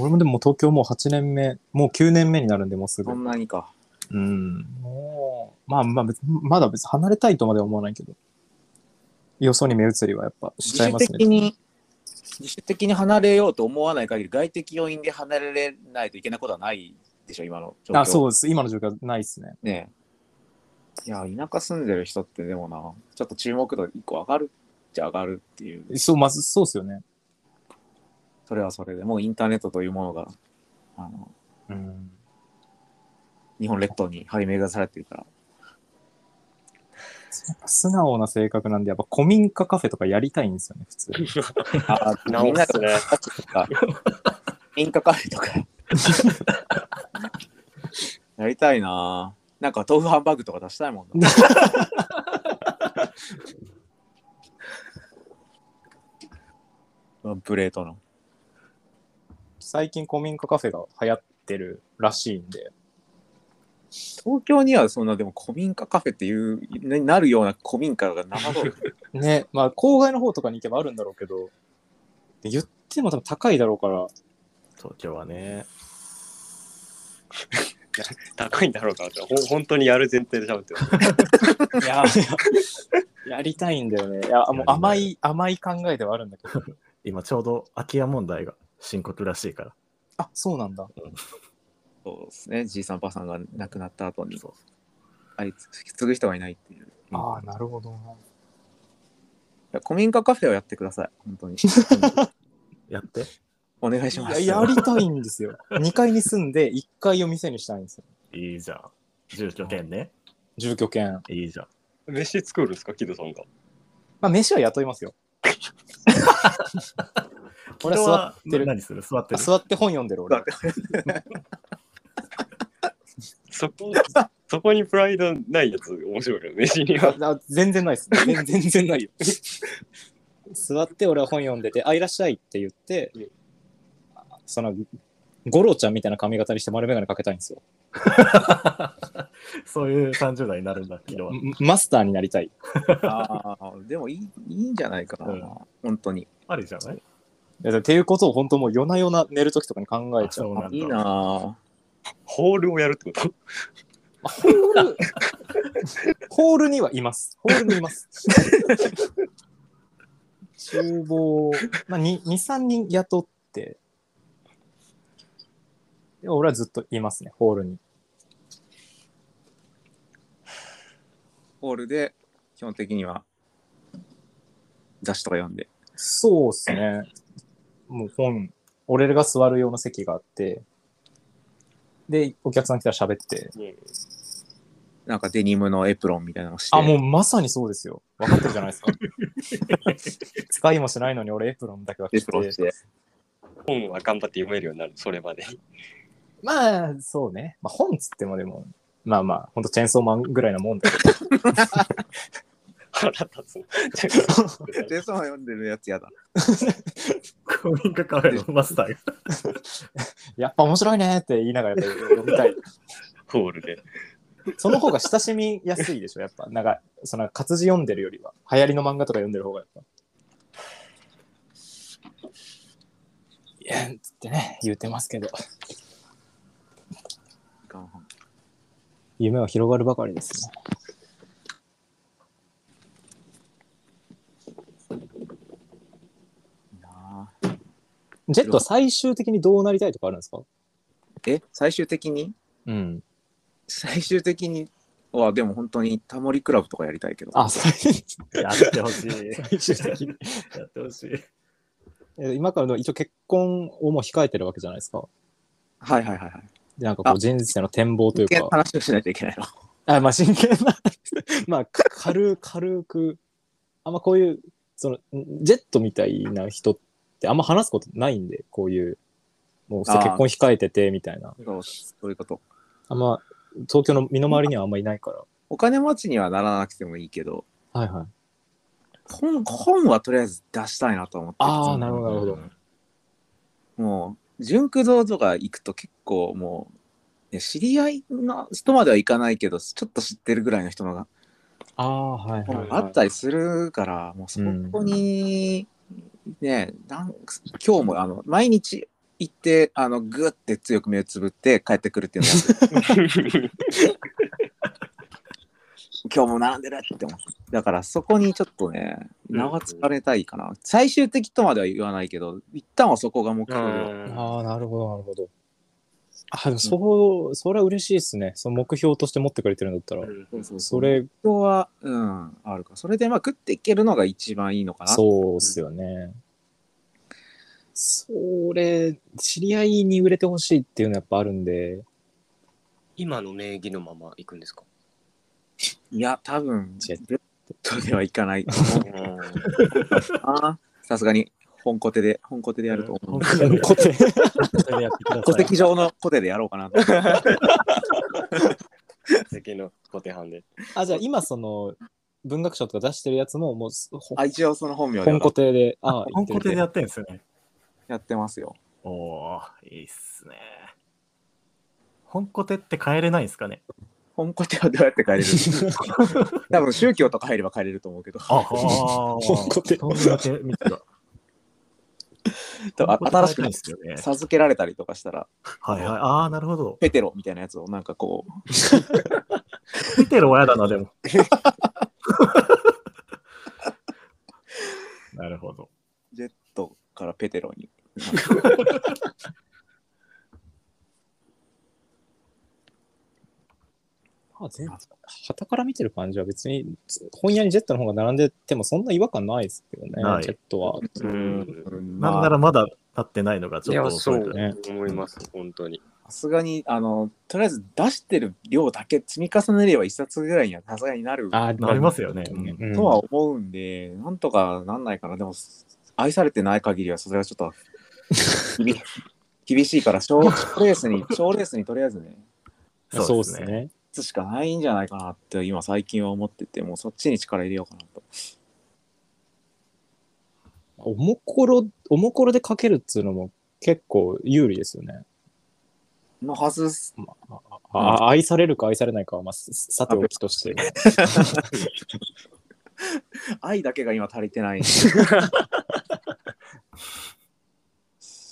俺もでも東京もう8年目、もう9年目になるんで、もうすぐ
そ。んなにか。
うん。もう、まあまあ別、まだ別に離れたいとまでは思わないけど、よそに目移りはやっぱしちゃいます
自主的
ね。
に、自主的に離れようと思わない限り、外的要因で離れないといけないことはないでしょ、今の状況。。
あ、そううです。今の状況はないですね。
ねえいや、田舎住んでる人ってでもな、ちょっと注目度一個上がるじゃ上がるっていう、
そう、まず、そうですよね。
それはそれでもうインターネットというものが、あの、
うん。
日本列島に張り巡らされてるから。
素直な性格なんで、やっぱ古民家カフェとかやりたいんですよね、普通。
あ、
直すね
みんなとか、民家カフェとか。やりたいなぁなんか豆腐ハンバーグとか出したいもんな。ワンプレートの。
最近古民家カフェが流行ってるらしいんで、
東京にはそんなでも古民家カフェっていう、ねなるような古民家が生そう
ね、まあ、郊外の方とかに行けばあるんだろうけど、で言っても多分高いだろうから、
東京はね。
高いんだろうかって、ほん本当にやる前提で喋ってる。
いや、い ややりたいんだよね。いや、もう甘い、甘い考えではあるんだけど。
今ちょうど空き家問題が深刻らしいから。
あ、そうなんだ。
そうですね。じいさんばあさんが亡くなった後に、
そう
あいつ引き継ぐ人がいないっていう。
うん
ああ、なるほどな。
いや古民家カフェをやってください。本当に。
やって。
お願いします。
いややりたいんですよ。2階に住んで、1階を店にしたいんですよ。
いいじゃん。住居権ね。
住居権。
いいじゃん。
飯作るんですか、木戸さんが。
まあ、飯は雇いますよ。 俺
人
は
は
座ってる
何する座って
あ
る。
座って本読んでる俺。
そこ、そこにプライドないやつ面白いよね、シニア。
あ全然ないです。 全全然ないよ。座って俺は本読んでて、あ、いらっしゃいって言って
うん、
その、ゴロちゃんみたいな髪型にして丸眼鏡かけたいんですよ。
そういう30代になるんだけど、
んマスターになりたい。
ああ、でもいいいいんじゃないかな、
うん
本当に。
ありじゃない
いやっていうことを本当もう夜な夜な寝るときとかに考え
あ
ちゃう。
そうなんだ
いいな
ホールをやるってこと
ホールにはいます。ホールにいます。 厨房、まあ、2、3人雇って、で俺はずっといますね、ホールに。
ホールで基本的には雑誌とか読んで。
そうっすね。もう本、俺が座る用の席があって、で、お客さん来たら喋って。
なんかデニムのエプロンみたいなのして。
あ、もうまさにそうですよ。分かってるじゃない ですか。使いもしないのに俺エプロンだけは
エ
着。
プロンしてて。
本は頑張って読めるようになる、それまで。
まあ、そうね。まあ本つってもでも、まあまあ、ほんとチェーンソーマンぐらいなもんだけど。
腹立つな。
で、そう読んでるやつやだ。
古民家カフェのマスターが。
やっぱ面白いねって言いながらやっぱ読みたい。
ホールで。
その方が親しみやすいでしょ、やっぱ。なんか、その活字読んでるよりは、流行りの漫画とか読んでる方がやっぱ。いや、つってね、言うてますけど、夢は広がるばかりですね。
いいなあ
ジェットは最終的にどうなりたいとかあるんですか
え、最終的に
うん。
最終的には、でも本当にタモリクラブとかやりたいけど。
あ、最
やってほしい。
最終的に。
やってほし い。
え今からの一応結婚をもう控えてるわけじゃないですか。
はいはいはいはい。
でなんかこう
あ
人生の展望という
一見
か。
話をしないといけないの。
あ、まあ真剣な。 まあ軽、軽く。あんまこういう、その、んジェットみたいな人ってあんま話すことないんで、こういう、もうそう
あー
結婚控えててみたいな。
そうそういうこと。
あんま、東京の身の回りにはあんまいないから。
お金持ちにはならなくてもいいけど、
はいはい。
本本はとりあえず出したいなと思って
ああ、なるほど、なるほど。
もう、純駆堂とか行くと結構もう、ね知り合いの人まではいかないけど、ちょっと知ってるぐらいの人のが
ああ、はいはい。
はい
あったりするから、もうそこに、ね、なん今日もあの毎日行って、あのグッて強く目をつぶって帰ってくるっていうのが、今日も並んでるって思って。だからそこにちょっとね、長疲れたいかな。最終的とまでは言わないけど、一旦はそこが目標よ。
ああ、なるほど、なるほど。あ、でもそう、それは嬉しいですね。その目標として持ってくれてるんだったら。それ、
目標は、うん、あるか。それでまあ食っていけるのが一番いいのかな。
そうっすよね。それ、知り合いに売れてほしいっていうのはやっぱあるんで、
今の名義のまま行くんですか
いや、多分、
ジェッ
ベッドではいかないと思う な。さすがに、本コテで、本コテでやると思う。
本
コテ、
当にやってください。
戸籍上のコテでやろうかなと。
次の小手半で。
あ、じゃあ今その、文学賞とか出してるやつも、もう、ほ
あ一応その本名で
本固定で、あ、
本固定で
言
や
って
ってんですよね。
やってますよ。
おおいいっすね。本固定って変えれないんですかね
本コテはどうやって帰れる多分宗教とか入れば帰れると思うけど。
ああ、本
固定
どんだけ 見てた。
多分新しく
な
ないい
んですよね。
授けられたりとかしたら、
はいはい。ああ、なるほど。
ペテロみたいなやつをなんかこう、
見てる親だな、 でも。なるほど。
ジェットからペテロに。
あ全はたから見てる感じは別に、本屋にジェットの方が並んでてもそんな違和感ないですけどね
ない、
ジェットは。
うん。
なんならまだ立ってないのがちょっと遅いか
い
ら
や
思います、本当に。
さすがに、あの、とりあえず出してる量だけ積み重ねれば一冊ぐらいにはさすがになる
あ、
なりますよね。うん
うん
とは思うんで、なんとかなんないかな。でも、愛されてない限りは、それはちょっと、厳 厳しいから、賞レースに、賞レースにとりあえずね、
そうですね。
ツしかないんじゃないかなって今最近は思っててもうそっちに力入れようかなと
おもころ、おもころでかけるっつうのも結構有利ですよね。
のはずっす
まあああ愛されるか愛されないかは、まあ、ささておきとして。
愛だけが今足りてない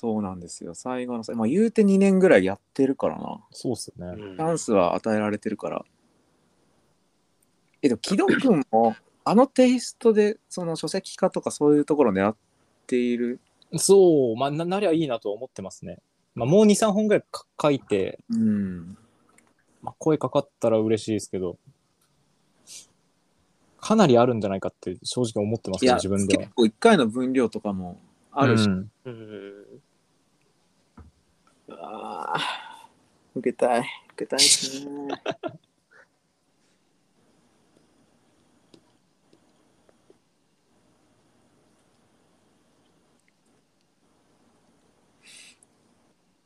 そうなんですよ最後の最まあ言うて2年ぐらいやってるからな
そうっすよね。
チャンスは与えられてるから。え、でも、木戸君も、あのテイストで、その書籍化とかそういうところを狙っている。
そう、まあ、ななりゃいいなとは思ってますね。まあ、もう2、3本ぐらいか書いて、
うん。
まあ、声かかったら嬉しいですけど、かなりあるんじゃないかって正直思ってます
い
ね、
や、
自分では
結。構1回の分量とかもあるし、
うん
うん
ああ、受けたい。受けたいですね。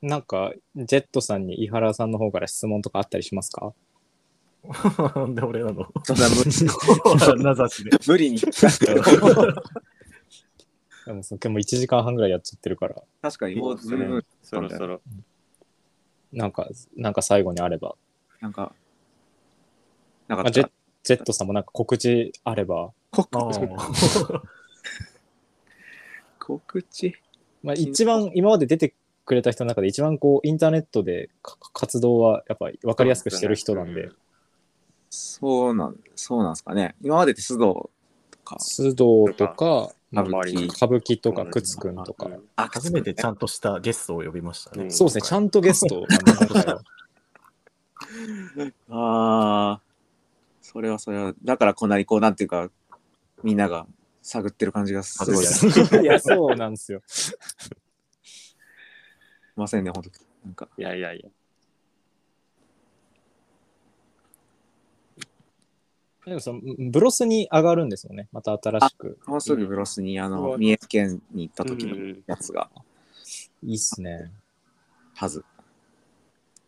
なんか、ジェットさんに井原さんの方から質問とかあったりしますか
なんで俺 なの
そんな無理
名指しで。
無理に。
でもそ今日も1時間半ぐらいやっちゃってるから、
確かに、もう十分。
そろそろ
なんか、なんか最後にあれば。
なんか、なん
まあ
か
ジェ、ジェットさんもなんか告知あれば、
あ
告知。
ー
告知。
まあ、一番今まで出てくれた人の中で一番こうインターネットでか活動はやっぱり分かりやすくしてる人なんで、
そうなん、そうなんですかね。今までって須藤とか。
須藤とか、ま
歌
あ
舞伎
歌舞伎とか、くつくんとか、
あ
初めてちゃんとしたゲストを呼びましたね。
そうですね、ちゃんとゲスト なんで今回は
ああ、それはそれは、だからこんなにこう、なんていうか、みんなが探ってる感じがすごいし
いや、そうなんですよ。
ませんね、本当なんか、
いやいやいや
でもそのブロスに上がるんですよね、また新しく。
もうすぐブロスに、あ
すご
の、
い
三重県に行った時
うんう
の
ん
やつが、
いいっすね。
はず。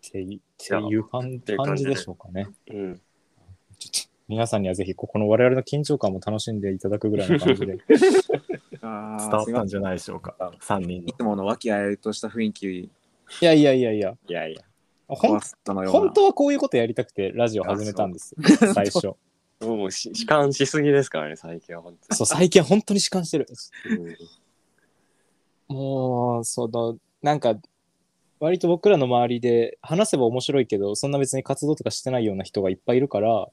っていっていう感
ていう
感
感
じ
じ
で
で
しょうかね。
うん
ちょっと皆さんにはぜひ、ここの我々の緊張感も楽しんでいただくぐらいの感じ で。
あ
伝わ
あ、
っ
すい
た
ま
ん
せ
じゃないでしょうか。3人
ん。
の
い。つもの和気あいあいとした雰囲気、
いやいやいやいや、
いやいや
ほん
壊すったのような。
本当はこういうことやりたくてラジオ始めたんですよ、最初。
もうし弛緩しすぎですからね最近は本当
そう、最近本当に弛緩してる。
に
もう、その、なんか、割と僕らの周りで話せば面白いけど、そんな別に活動とかしてないような人がいっぱいいるから、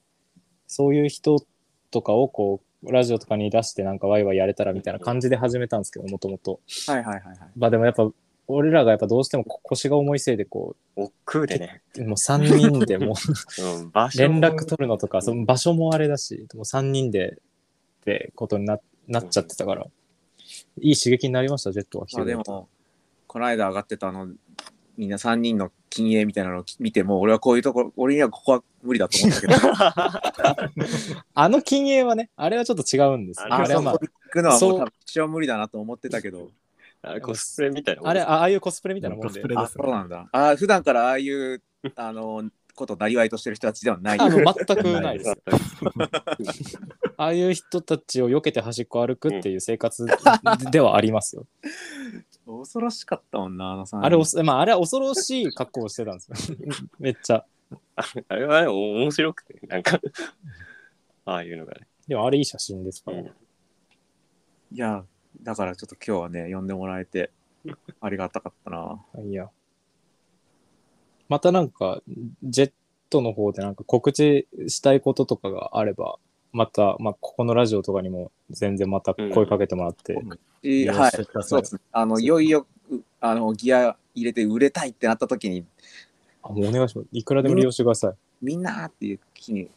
そういう人とかをこう、ラジオとかに出してなんかワイワイやれたらみたいな感じで始めたんですけど、もともと。
はいはいはいはい。
まあでもやっぱ、俺らがやっぱどうしてもこ腰が重いせいでこ
おっくうでね、
う、もう3人でもう
うん、場所
連絡取るのとか、その場所もあれだし、もう3人でってことにななっちゃってたから、いい刺激になりました、ジェットは。
まあでも、この間上がってたあの、みんな3人の禁煙みたいなのを見ても、俺はこういうところ、俺にはここは無理だと思ったけど、
あの禁煙はね、あれはちょっと違うんですよ。
あ
あ
あ
れ
れ
は
は
ま
ま
あ
あ、、行くのはもう
そう
多分一生無理だなと思ってたけど、
あれコスプレみたいなもん
あれ、あああいうコスプレみたいなも
コ
ん
ス
で
プ。レ
あ、
です
そう
ね。
なんだ。あ普段からああいう、あの、ことなりわいとしてる人たちではない。
あの全くな
ないい
で
ですす
よ。ああいう人たちを避けて端っこ歩くっていう生活ではありますよ。
恐ろしかったもんな、あのさ
あれおそ、まあ、あれは恐ろしい格好をしてたんですよ。 めっちゃ。
あれはねお面白くてなんかああいうのがね、
でもあれいい写真ですから。
いや、だからちょっと今日はね、呼んでもらえ て、ありがたかったな。
いや。またなんか、ジェットの方でなんか告知したいこととかがあれば、また、まあ、ここのラジオとかにも全然また声かけてもらって、
うん
え
よろ
は
しく
い
くだ、
そ
さ
う
い
ですね。あの、いよいよ、うあの、ギア入れて売れたいってなった時に、
あもうお願いします。いくらでも利用してください。
みんなーっていう気に、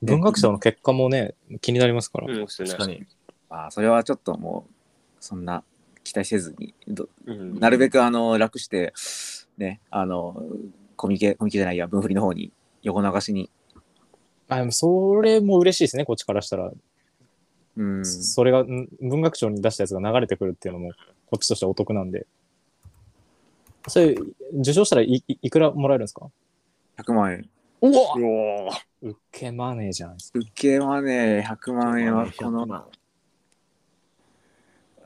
文学賞の結果もね、気になりますから。
うん、面白い
確かに。
あそれはちょっともう、そんな期待せずに、ど
うん、
なるべ
く
くあの楽して、ね、あの、コミケ、コミケじゃないや、分振りの方に横流しに。
あでもそれも嬉しいですね、こっちからしたら。
うん。
それが、ん文学賞に出したやつが流れてくるっていうのも、こっちとしてはお得なんで。それ、受賞したらいいいくらもらえるんですか
100万円。
うわ
おー
受けマネーじゃないですか。
受けはね、100万円はこの、
の。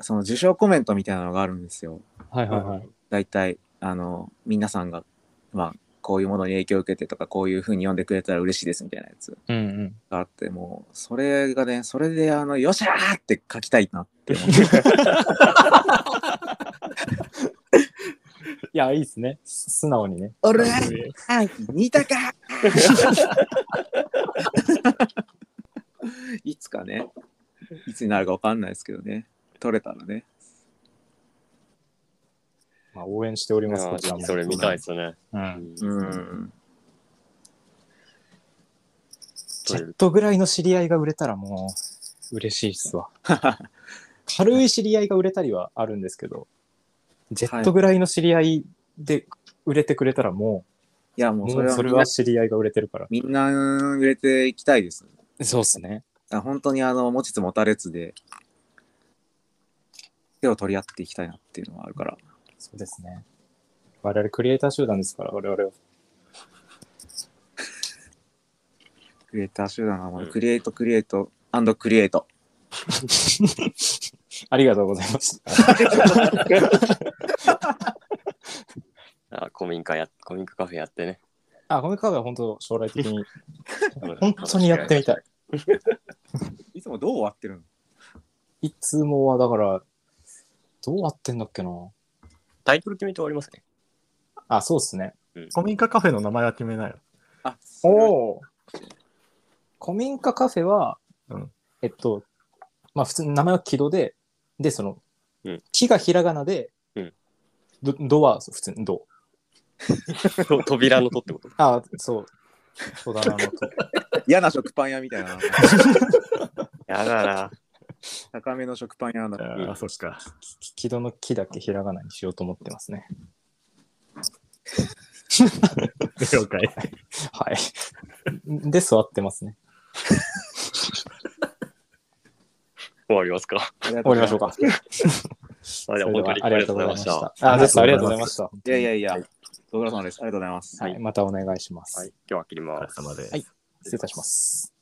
その受賞コメントみたいなのがあるんですよ。
はいはいはい。
大体、あの、皆さんが、まあ、こういうものに影響を受けてとか、こういうふうに読んでくれたら嬉しいですみたいなやつ
うんうん。
があって、もう、それがね、それで、あの、よっしゃーって書きたいなって思う。
いや、いいですね。す素直にね。
俺は、似たか いつかね、いつになるかわかんないですけどね、取れたらね。
まあ、応援しております、こちらも。
それ見たいですね。
うん。
うん。
チャットぐらいの知り合いが売れたらもう、嬉しいっす わ。軽い知り合いが売れたりはあるんですけど、ジェットぐらいの知り合いで売れてくれたらも
いや、
う、
もう
も
それ
う
は
それは知り合いが売れてるから。
みんな、みんな売れていきたいです。
そうっすね。
あ本当に、あの、持ちつ持たれつで、手を取り合っていきたいなっていうのはあるから。
そうですね。我々クリエイター集団ですから、我々は。
クリエイター集団はもう、
うん
クリエイト、クリエイト、アンドクリエイト。
ありがとうございました。
あ古民家や、古民家カフェやってね。
あ、コミカードは本当将来的に、本当にやってみたい。
いつもどう終わってるの
いつもはだから、どうやってんだっけな。
タイトル決めて終わりますね。
あ、そうっすね。
古民家カフェの名前は決めないよ。
あ、
おお。古民家カフェは、
うん
えっと、まあ普通に名前は木戸で、で、その、
うん
木がひらがなで、
うん
ど、ドは普通にド。
と扉のとっ てこと。
あ、そう。戸棚のと。
嫌な食パン屋みたいな。
やだな。
高めの食パン屋なんだ。
ああ、そっか。
き木 戸の木だけひらがなにしようと思ってますね。
了解。
はい。で、座ってますね。
終わりますか。
終
終わりましょうか。
あ
そ
じゃあ
れ
本
で
当
は
に
ありがとうございまし
は
た。あ、です。あ
あ
り
り
が
が
とう
と
ござい
うござ
ま
いま
した。はい
やいやいや、ご苦労様です。ありがとうございます。
い、またお願いします。
い、今日は切り
お疲
ま
れ
す。
様です。
はい失礼いたします。